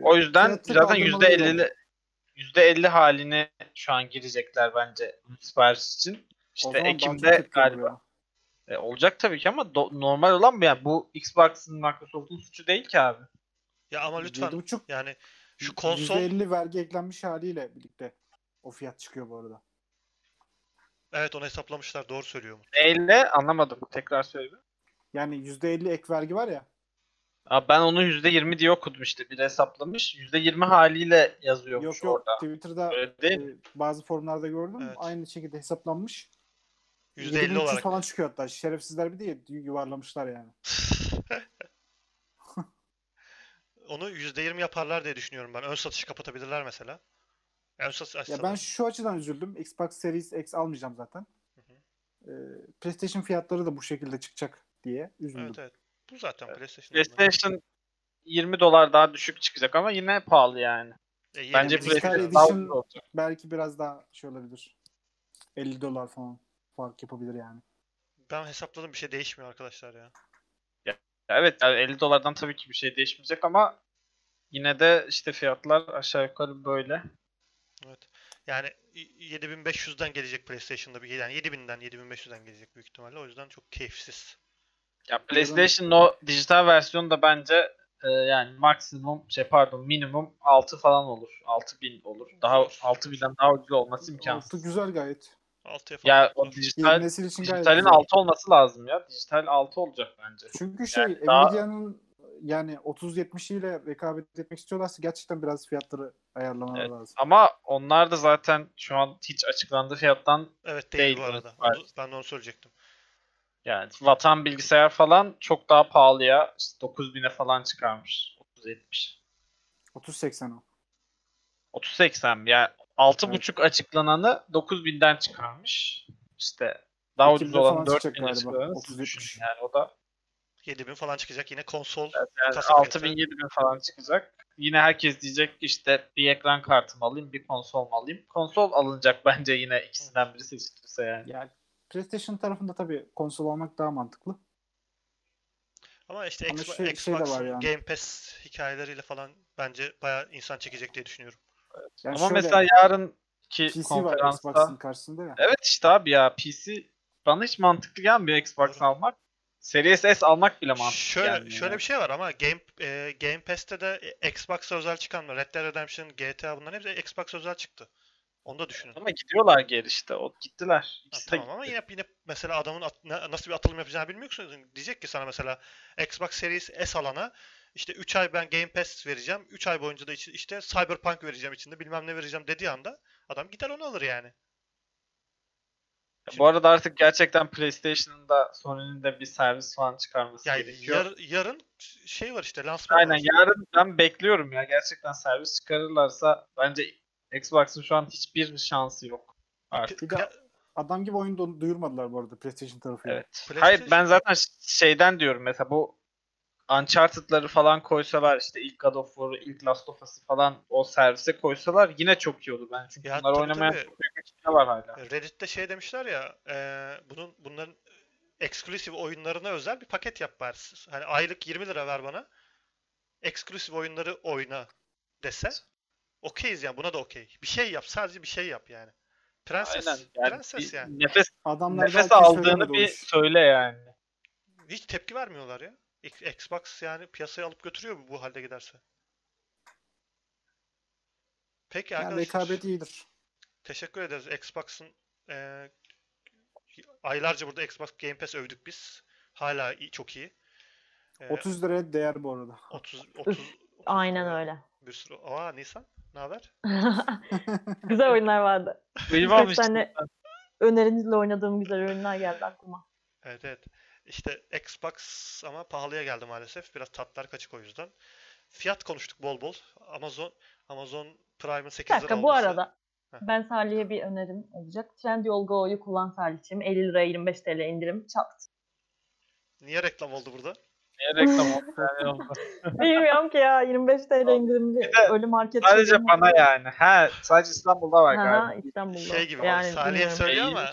Speaker 4: O yüzden
Speaker 2: Fiyatı
Speaker 4: zaten
Speaker 2: kaldırmaları
Speaker 4: %50'li %50 haline şu an girecekler bence sipariş için.
Speaker 2: O
Speaker 4: İşte
Speaker 2: zaman daha çok
Speaker 4: Ekim'de
Speaker 2: tepki
Speaker 4: galiba.
Speaker 2: oluyor.
Speaker 4: E, olacak tabii ki ama do- normal olan bu yani. Bu Xbox'ın Microsoft'un suçu değil ki abi.
Speaker 3: Ya ama lütfen
Speaker 2: 7,5
Speaker 3: yani şu konsol
Speaker 2: %50 vergi eklenmiş haliyle birlikte o fiyat çıkıyor bu arada.
Speaker 3: evet onu hesaplamışlar doğru söylüyor mu?
Speaker 4: Neyle anlamadım. Tekrar söyle.
Speaker 2: Yani %50 ek vergi var ya.
Speaker 4: Abi ben onu %20 diye okudum işte. Bir hesaplamış. %20 haliyle yazıyormuş
Speaker 2: Yok yok
Speaker 4: orada.
Speaker 2: Twitter'da
Speaker 4: Öyle değil mi?
Speaker 2: e, bazı forumlarda gördüm.
Speaker 3: Evet.
Speaker 2: Aynı şekilde hesaplanmış.
Speaker 3: %50
Speaker 2: 7300
Speaker 3: olarak.
Speaker 2: falan çıkıyor hatta. Şerefsizler bir diye yuvarlamışlar yani.
Speaker 3: Onu %20 yaparlar diye düşünüyorum ben. Ön satışı kapatabilirler mesela. Ön satış
Speaker 2: Ya
Speaker 3: açsalar.
Speaker 2: ben şu açıdan üzüldüm. Xbox Series X almayacağım zaten. Ee, PlayStation fiyatları da bu şekilde çıkacak diye üzüldüm.
Speaker 3: Evet evet. Bu zaten PlayStation.
Speaker 4: PlayStation 20 dolar daha düşük çıkacak ama yine pahalı yani.
Speaker 3: E, yeni
Speaker 4: Bence
Speaker 3: bir
Speaker 2: dijital
Speaker 4: PlayStation
Speaker 2: edition-
Speaker 4: daha ucuz olacak.
Speaker 2: Belki biraz daha şey olabilir. 50 dolar falan fark yapabilir yani.
Speaker 3: Ben hesapladım bir şey değişmiyor arkadaşlar ya.
Speaker 4: Evet yani 50 dolardan tabii ki bir şey değişmeyecek ama yine de işte fiyatlar aşağı yukarı böyle.
Speaker 3: Evet. Yani y- 7500'den gelecek PlayStation'da bir yani 7000'den 7500'den gelecek büyük ihtimalle. O yüzden çok keyifsiz.
Speaker 4: Ya PlayStation o dijital versiyonu da bence e, yani maksimum şey pardon minimum 6 falan olur. 6000 olur. Daha 6000'den daha ucuz olması
Speaker 2: Altı
Speaker 4: imkansız.
Speaker 2: güzel gayet.
Speaker 3: 6 yapalım.
Speaker 4: Ya o
Speaker 2: Yeni
Speaker 4: dijital
Speaker 2: nesil için gayet
Speaker 4: dijitalin
Speaker 2: güzel.
Speaker 4: 6 olması lazım ya. Dijital 6 olacak bence.
Speaker 2: Çünkü şey
Speaker 4: Yani daha-
Speaker 2: Nvidia'nın yani 30-70 ile rekabet etmek istiyorlarsa gerçekten biraz fiyatları ayarlamaları
Speaker 4: Evet.
Speaker 2: lazım.
Speaker 4: Ama onlar da zaten şu an hiç açıklandığı fiyattan
Speaker 3: Evet değil,
Speaker 4: Değil,
Speaker 3: bu
Speaker 4: evet,
Speaker 3: arada.
Speaker 4: var.
Speaker 3: Onu- ben de onu söyleyecektim.
Speaker 4: yani vatan bilgisayar falan çok daha pahalıya işte 9000'e falan çıkarmış. 3070.
Speaker 2: 30-80 o.
Speaker 4: 3080 yani 6.5 açıklananı 9000'den çıkarmış. İşte daha ucuz
Speaker 2: 2000
Speaker 4: olan
Speaker 2: falan çıkacak
Speaker 4: 4000
Speaker 2: galiba,
Speaker 4: çıkarmış.
Speaker 2: 30-70.
Speaker 4: Düşünün yani o da
Speaker 3: 7000 falan çıkacak yine konsol.
Speaker 4: yani
Speaker 3: Kasa
Speaker 4: 6000
Speaker 3: fiyatı.
Speaker 4: 7000 falan çıkacak. Yine herkes diyecek ki işte bir ekran kartı mı alayım, bir konsol mu alayım? Konsol alınacak [LAUGHS] bence yine ikisinden biri seçilirse yani.
Speaker 2: Yani PlayStation tarafında tabii konsol almak daha mantıklı.
Speaker 3: Ama işte
Speaker 2: Ama
Speaker 3: Xbox,
Speaker 2: şey- şey de var
Speaker 3: Xbox'ın
Speaker 2: yani.
Speaker 3: Game Pass hikayeleriyle falan bence bayağı insan çekecek diye düşünüyorum.
Speaker 2: Yani
Speaker 4: Ama
Speaker 2: şöyle,
Speaker 4: mesela yarınki
Speaker 2: PC var
Speaker 4: konferansta
Speaker 2: Xbox'ın karşısında ya.
Speaker 4: Evet işte abi ya PC bana hiç mantıklı gelmiyor Xbox
Speaker 3: Doğru.
Speaker 4: almak. Series S almak bile mantıklı
Speaker 3: Şöyle
Speaker 4: gelmiyor.
Speaker 3: şöyle bir şey var ama Game e, Game Pass'te de e, Xbox'a özel çıkan Red Dead Redemption, GTA bunların hepsi Xbox özel çıktı. Onu da düşünün.
Speaker 4: Ama gidiyorlar geri işte. O gittiler.
Speaker 3: şey- Ha,
Speaker 4: İkisi de
Speaker 3: tamam ama
Speaker 4: gitti.
Speaker 3: yine yine mesela adamın at- na- nasıl bir atılım yapacağını bilmiyorsunuz. Diyecek ki sana mesela Xbox Series S alana işte 3 ay ben Game Pass vereceğim. 3 ay boyunca da içi- işte Cyberpunk vereceğim içinde bilmem ne vereceğim dediği anda adam gider onu alır yani.
Speaker 4: Bu arada artık gerçekten PlayStation'ın da Sony'nin de bir servis falan çıkarması
Speaker 3: Yani
Speaker 4: gerekiyor.
Speaker 3: yar- yarın şey var işte lansman
Speaker 4: Aynen
Speaker 3: var.
Speaker 4: yarın ben bekliyorum ya. Gerçekten servis çıkarırlarsa bence Xbox'ın şu an hiçbir şansı yok artık.
Speaker 2: Bir de adam gibi oyunu da duyurmadılar bu arada PlayStation tarafıyla.
Speaker 4: Evet.
Speaker 3: PlayStation-
Speaker 4: Hayır ben zaten ş- şeyden diyorum mesela bu Uncharted'ları falan koysalar işte ilk God of War'ı, ilk Last of Us'ı falan o servise koysalar yine çok iyi olur bence. Çünkü
Speaker 3: Ya
Speaker 4: bunları
Speaker 3: tabii,
Speaker 4: oynamayan
Speaker 3: tabii.
Speaker 4: çok büyük bir kitle var hala.
Speaker 3: Reddit'te şey demişler ya, eee, bunun bunların eksklusif oyunlarına özel bir paket yap bari. Hani aylık 20 lira ver bana. Eksklusif oyunları oyna dese okeyiz yani buna da okey. Bir şey yap, sadece bir şey yap yani. Prenses,
Speaker 4: Aynen. Yani
Speaker 3: prenses
Speaker 4: bir
Speaker 3: yani.
Speaker 4: Nefes
Speaker 2: Adamlar
Speaker 4: nefes
Speaker 2: belki
Speaker 4: aldığını
Speaker 2: söylemedi o
Speaker 4: bir
Speaker 2: iş.
Speaker 4: söyle yani.
Speaker 5: [LAUGHS]
Speaker 3: Hiç tepki vermiyorlar ya. X- Xbox yani piyasayı alıp götürüyor bu, bu halde giderse. Peki
Speaker 2: Yani
Speaker 3: arkadaşlar.
Speaker 2: rekabet iyidir.
Speaker 3: Teşekkür ederiz. Xbox'ın eee, aylarca burada Xbox Game Pass övdük biz. Hala iyi- çok iyi. E, Eee,
Speaker 2: 30 liraya değer bu arada.
Speaker 3: 30 30
Speaker 5: Aynen öyle.
Speaker 3: Bir sürü. Aa Nisan, ne haber?
Speaker 5: güzel oyunlar vardı. Birkaç
Speaker 4: Duymamış.
Speaker 5: tane önerinizle oynadığım güzel oyunlar geldi aklıma.
Speaker 3: Evet evet. İşte Xbox ama pahalıya geldi maalesef. Biraz tatlar kaçık o yüzden. Fiyat konuştuk bol bol. Amazon Amazon Prime'ın
Speaker 5: Bir
Speaker 3: 8 lira
Speaker 5: dakika bu
Speaker 3: olması.
Speaker 5: arada
Speaker 3: Heh.
Speaker 5: ben Salih'e bir önerim olacak. Trendyol Go'yu kullan Salih'cim. 50 liraya 25 TL indirim. Çat.
Speaker 3: Niye reklam oldu burada?
Speaker 4: Niye reklam
Speaker 5: [LAUGHS]
Speaker 4: oldu? Yani oldu.
Speaker 5: Bilmiyorum ki ya 25 TL indirimli
Speaker 4: Bir de
Speaker 5: öyle market.
Speaker 4: Sadece
Speaker 5: şeyleri
Speaker 4: bana
Speaker 5: oluyor.
Speaker 4: yani. He, sadece İstanbul'da var
Speaker 5: Ha,
Speaker 4: galiba.
Speaker 5: İstanbul'da.
Speaker 3: Şey gibi oldu. Salih'e
Speaker 5: bilmiyorum.
Speaker 3: söylüyor
Speaker 4: İyi.
Speaker 3: ama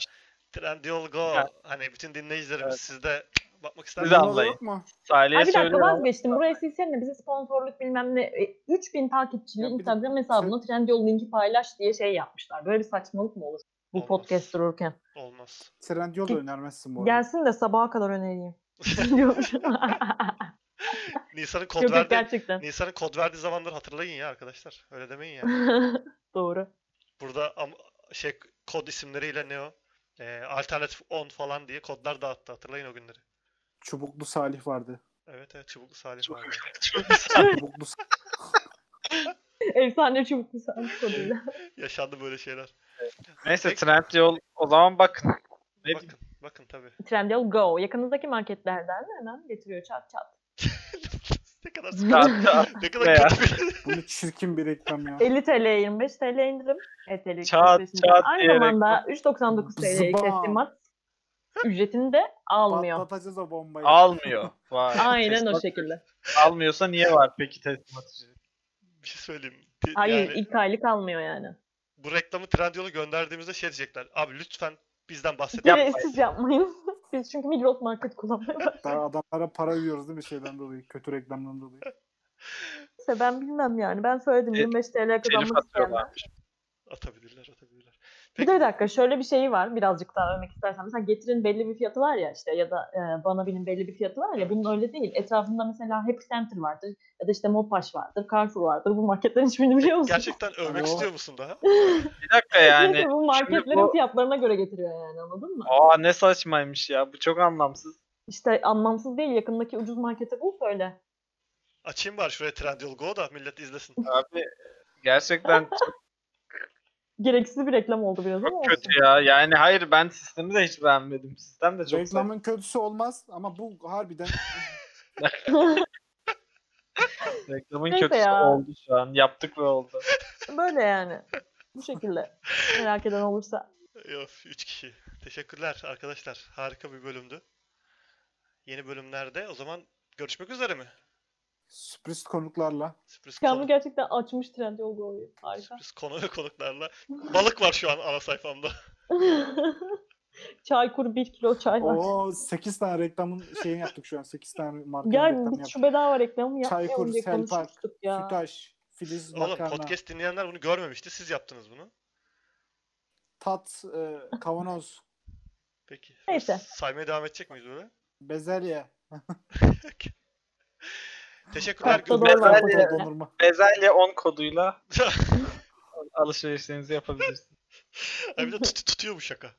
Speaker 3: Trendyol Go
Speaker 4: Ha.
Speaker 3: hani bütün dinleyicilerimiz sizde Bakmak ister
Speaker 6: Biz
Speaker 3: misin?
Speaker 2: Bunun
Speaker 6: anlayın.
Speaker 2: yok mu?
Speaker 5: Ay
Speaker 6: Salih'e
Speaker 5: bir dakika
Speaker 4: [LAUGHS]
Speaker 6: söylüyorum.
Speaker 5: vazgeçtim. Buraya silsene bize sponsorluk bilmem ne. E, 3000 takipçili
Speaker 2: Ya bir de-
Speaker 5: Instagram hesabına Trendyol linki paylaş diye şey yapmışlar. Böyle bir saçmalık mı olur bu
Speaker 3: Olmaz.
Speaker 5: podcast dururken?
Speaker 3: Olmaz.
Speaker 2: Trendyol da önermezsin bu arada.
Speaker 5: Gelsin de sabaha kadar önereyim. Diyormuş. [LAUGHS]
Speaker 3: Nisan'ın kod
Speaker 5: Yok yok
Speaker 3: verdiği
Speaker 5: gerçekten.
Speaker 3: Nisan'ın kod verdiği zamanları hatırlayın ya arkadaşlar. Öyle demeyin
Speaker 6: [LAUGHS]
Speaker 3: ya.
Speaker 5: [LAUGHS] Doğru.
Speaker 3: Burada am- şey kod isimleriyle ne o? Ee, alternatif 10 falan diye kodlar dağıttı. Hatırlayın o günleri.
Speaker 2: Çubuklu
Speaker 5: [LAUGHS]
Speaker 2: Salih vardı.
Speaker 3: Evet evet çubuklu Salih
Speaker 6: Çok-
Speaker 3: vardı.
Speaker 2: Çubuklu Salih.
Speaker 5: Efsane çubuk bir sahne konuyla.
Speaker 3: [LAUGHS] Yaşandı böyle şeyler.
Speaker 6: Neyse
Speaker 3: Peki.
Speaker 6: Trendyol o zaman bakın. Ne diyeyim?
Speaker 3: Bakın bakın tabii.
Speaker 5: Trendyol Go. Yakınızdaki marketlerden de hemen getiriyor çat çat.
Speaker 6: [LAUGHS]
Speaker 3: ne
Speaker 5: [LAUGHS]
Speaker 3: kadar
Speaker 6: Çağ-
Speaker 3: ne
Speaker 6: Ne
Speaker 3: kadar
Speaker 6: ya?
Speaker 3: kötü bir [LAUGHS]
Speaker 2: Bu ne çirkin bir reklam ya.
Speaker 5: 50 TL'ye 25 TL indirim. E Evet, 50
Speaker 6: Çat,
Speaker 5: 25
Speaker 6: çat
Speaker 5: Aynı
Speaker 6: diyerek
Speaker 5: zamanda 3.99 TL'lik
Speaker 2: Zıbam.
Speaker 5: teslimat ücretini de almıyor.
Speaker 2: Patlatacağız o bombayı.
Speaker 6: Almıyor. Vay.
Speaker 5: Aynen o
Speaker 6: Teslimat
Speaker 5: şekilde.
Speaker 6: Almıyorsa niye var peki teslimat ücreti?
Speaker 3: bir şey söyleyeyim. Te-
Speaker 5: Hayır
Speaker 3: yani
Speaker 5: ilk aylık almıyor yani.
Speaker 3: bu reklamı Trendyol'a gönderdiğimizde şey diyecekler. Abi lütfen bizden bahset.
Speaker 5: Bir de siz yapmayın. [LAUGHS] Biz çünkü Migros
Speaker 6: [LAUGHS]
Speaker 5: Market kullanıyoruz.
Speaker 2: Daha adamlara para ödüyoruz değil mi şeyden dolayı? Kötü reklamdan dolayı.
Speaker 5: İşte ben bilmem yani. Ben söyledim
Speaker 6: E,
Speaker 5: 25 TL
Speaker 6: Telif
Speaker 5: kazanmak isteyenler.
Speaker 6: atıyorlar.
Speaker 3: Atabilirler
Speaker 6: [LAUGHS]
Speaker 3: atabilirler.
Speaker 5: Bir de bir dakika şöyle bir şeyi var. Birazcık daha örnek istersen. Mesela Getir'in belli bir fiyatı var ya işte ya da e, Banabil'in belli bir fiyatı var ya. Bunun öyle değil. Etrafında mesela Happy Center vardır. Ya da işte Mopaş vardır. Carrefour vardır. Bu marketlerin hiçbirini biliyor musun?
Speaker 3: Gerçekten övmek
Speaker 2: Alo.
Speaker 3: istiyor musun daha?
Speaker 6: Bir dakika yani.
Speaker 5: [LAUGHS] bu marketlerin
Speaker 6: bu-
Speaker 5: fiyatlarına göre getiriyor yani anladın mı?
Speaker 6: Aa ne saçmaymış ya. Bu çok anlamsız.
Speaker 5: İşte anlamsız değil. Yakındaki ucuz markete bul söyle.
Speaker 3: Açayım bari şuraya Trendyol Go da millet izlesin.
Speaker 6: Abi gerçekten çok,
Speaker 5: Gereksiz bir reklam oldu biraz ama
Speaker 6: çok
Speaker 5: olsun.
Speaker 6: kötü ya. Yani hayır ben sistemi de hiç beğenmedim. Sistem de çok saçma.
Speaker 2: Reklamın kötüsü olmaz ama bu harbiden
Speaker 6: Reklamın
Speaker 5: Neyse
Speaker 6: kötüsü
Speaker 5: ya.
Speaker 6: oldu şu an. Yaptık ve oldu.
Speaker 5: Böyle yani. Bu şekilde. Merak eden olursa.
Speaker 3: Of 3 kişi. Teşekkürler arkadaşlar. Harika bir bölümdü. Yeni bölümlerde o zaman görüşmek üzere mi?
Speaker 2: sürpriz konuklarla.
Speaker 3: Sürpriz
Speaker 5: Kamil
Speaker 3: konu-
Speaker 5: gerçekten açmış Trendyol Go'yu. Harika. [LAUGHS]
Speaker 3: Sürpriz konu ve konuklarla. Balık var şu an ana sayfamda.
Speaker 5: Çaykur bir kilo çay var.
Speaker 2: Oo 8 tane reklamın şeyini yaptık şu an. 8 tane markanın
Speaker 5: Gel
Speaker 2: reklamını
Speaker 5: biz
Speaker 2: yaptık.
Speaker 5: şu bedava reklamı yapmayalım
Speaker 2: Çaykur,
Speaker 5: diye
Speaker 2: Selpak,
Speaker 5: konuşmuştuk ya.
Speaker 2: Sütaş, Filiz
Speaker 3: Oğlum
Speaker 2: Makarna,
Speaker 3: podcast dinleyenler bunu görmemişti. Siz yaptınız bunu.
Speaker 2: Tat, e, Kavanoz,
Speaker 3: Peki.
Speaker 5: Neyse.
Speaker 3: Saymaya devam edecek
Speaker 5: [LAUGHS]
Speaker 3: miyiz böyle?
Speaker 2: Bezelye,
Speaker 3: Teşekkürler.
Speaker 5: Kartta
Speaker 3: Gö-
Speaker 5: doğru var.
Speaker 6: Bezelye.
Speaker 5: fotoğraflar.
Speaker 2: Dondurma.
Speaker 6: Bezelye 10
Speaker 5: [LAUGHS]
Speaker 6: koduyla alışverişlerinizi yapabilirsiniz.
Speaker 3: Ay bir de tut- tutuyor
Speaker 5: [LAUGHS]
Speaker 3: bu şaka.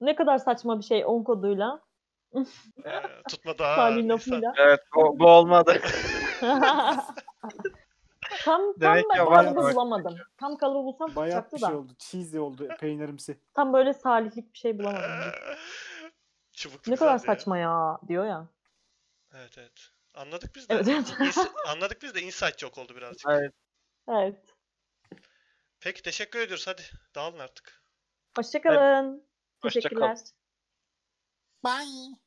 Speaker 5: Ne kadar saçma bir şey 10 koduyla.
Speaker 3: Ee, tutma daha.
Speaker 5: Salih [LAUGHS]
Speaker 3: [LAUGHS]
Speaker 5: lafıyla.
Speaker 6: Evet bu, bu olmadı.
Speaker 5: [LAUGHS] tam tam
Speaker 6: Demek ki
Speaker 5: ben
Speaker 6: var
Speaker 5: kalıbı
Speaker 6: bak.
Speaker 5: bulamadım. Tam kalıbı bulsam
Speaker 2: Bayağı bir
Speaker 5: sıçacaktı
Speaker 2: şey
Speaker 5: da.
Speaker 2: oldu. Cheesy oldu. Peynirimsi.
Speaker 5: Tam böyle salihlik bir şey bulamadım.
Speaker 3: Ee,
Speaker 5: ben.
Speaker 3: Çubuklu
Speaker 5: ne kadar
Speaker 3: güzeldi ya.
Speaker 5: saçma ya diyor ya.
Speaker 3: Evet evet. Anladık biz de.
Speaker 5: Evet evet.
Speaker 3: İns- anladık biz de insight yok oldu birazcık.
Speaker 6: Evet.
Speaker 5: evet.
Speaker 3: Peki teşekkür ediyoruz. Hadi dağılın artık.
Speaker 5: Hoşçakalın.
Speaker 6: Hoşça kal.
Speaker 5: Teşekkürler.
Speaker 2: Bye.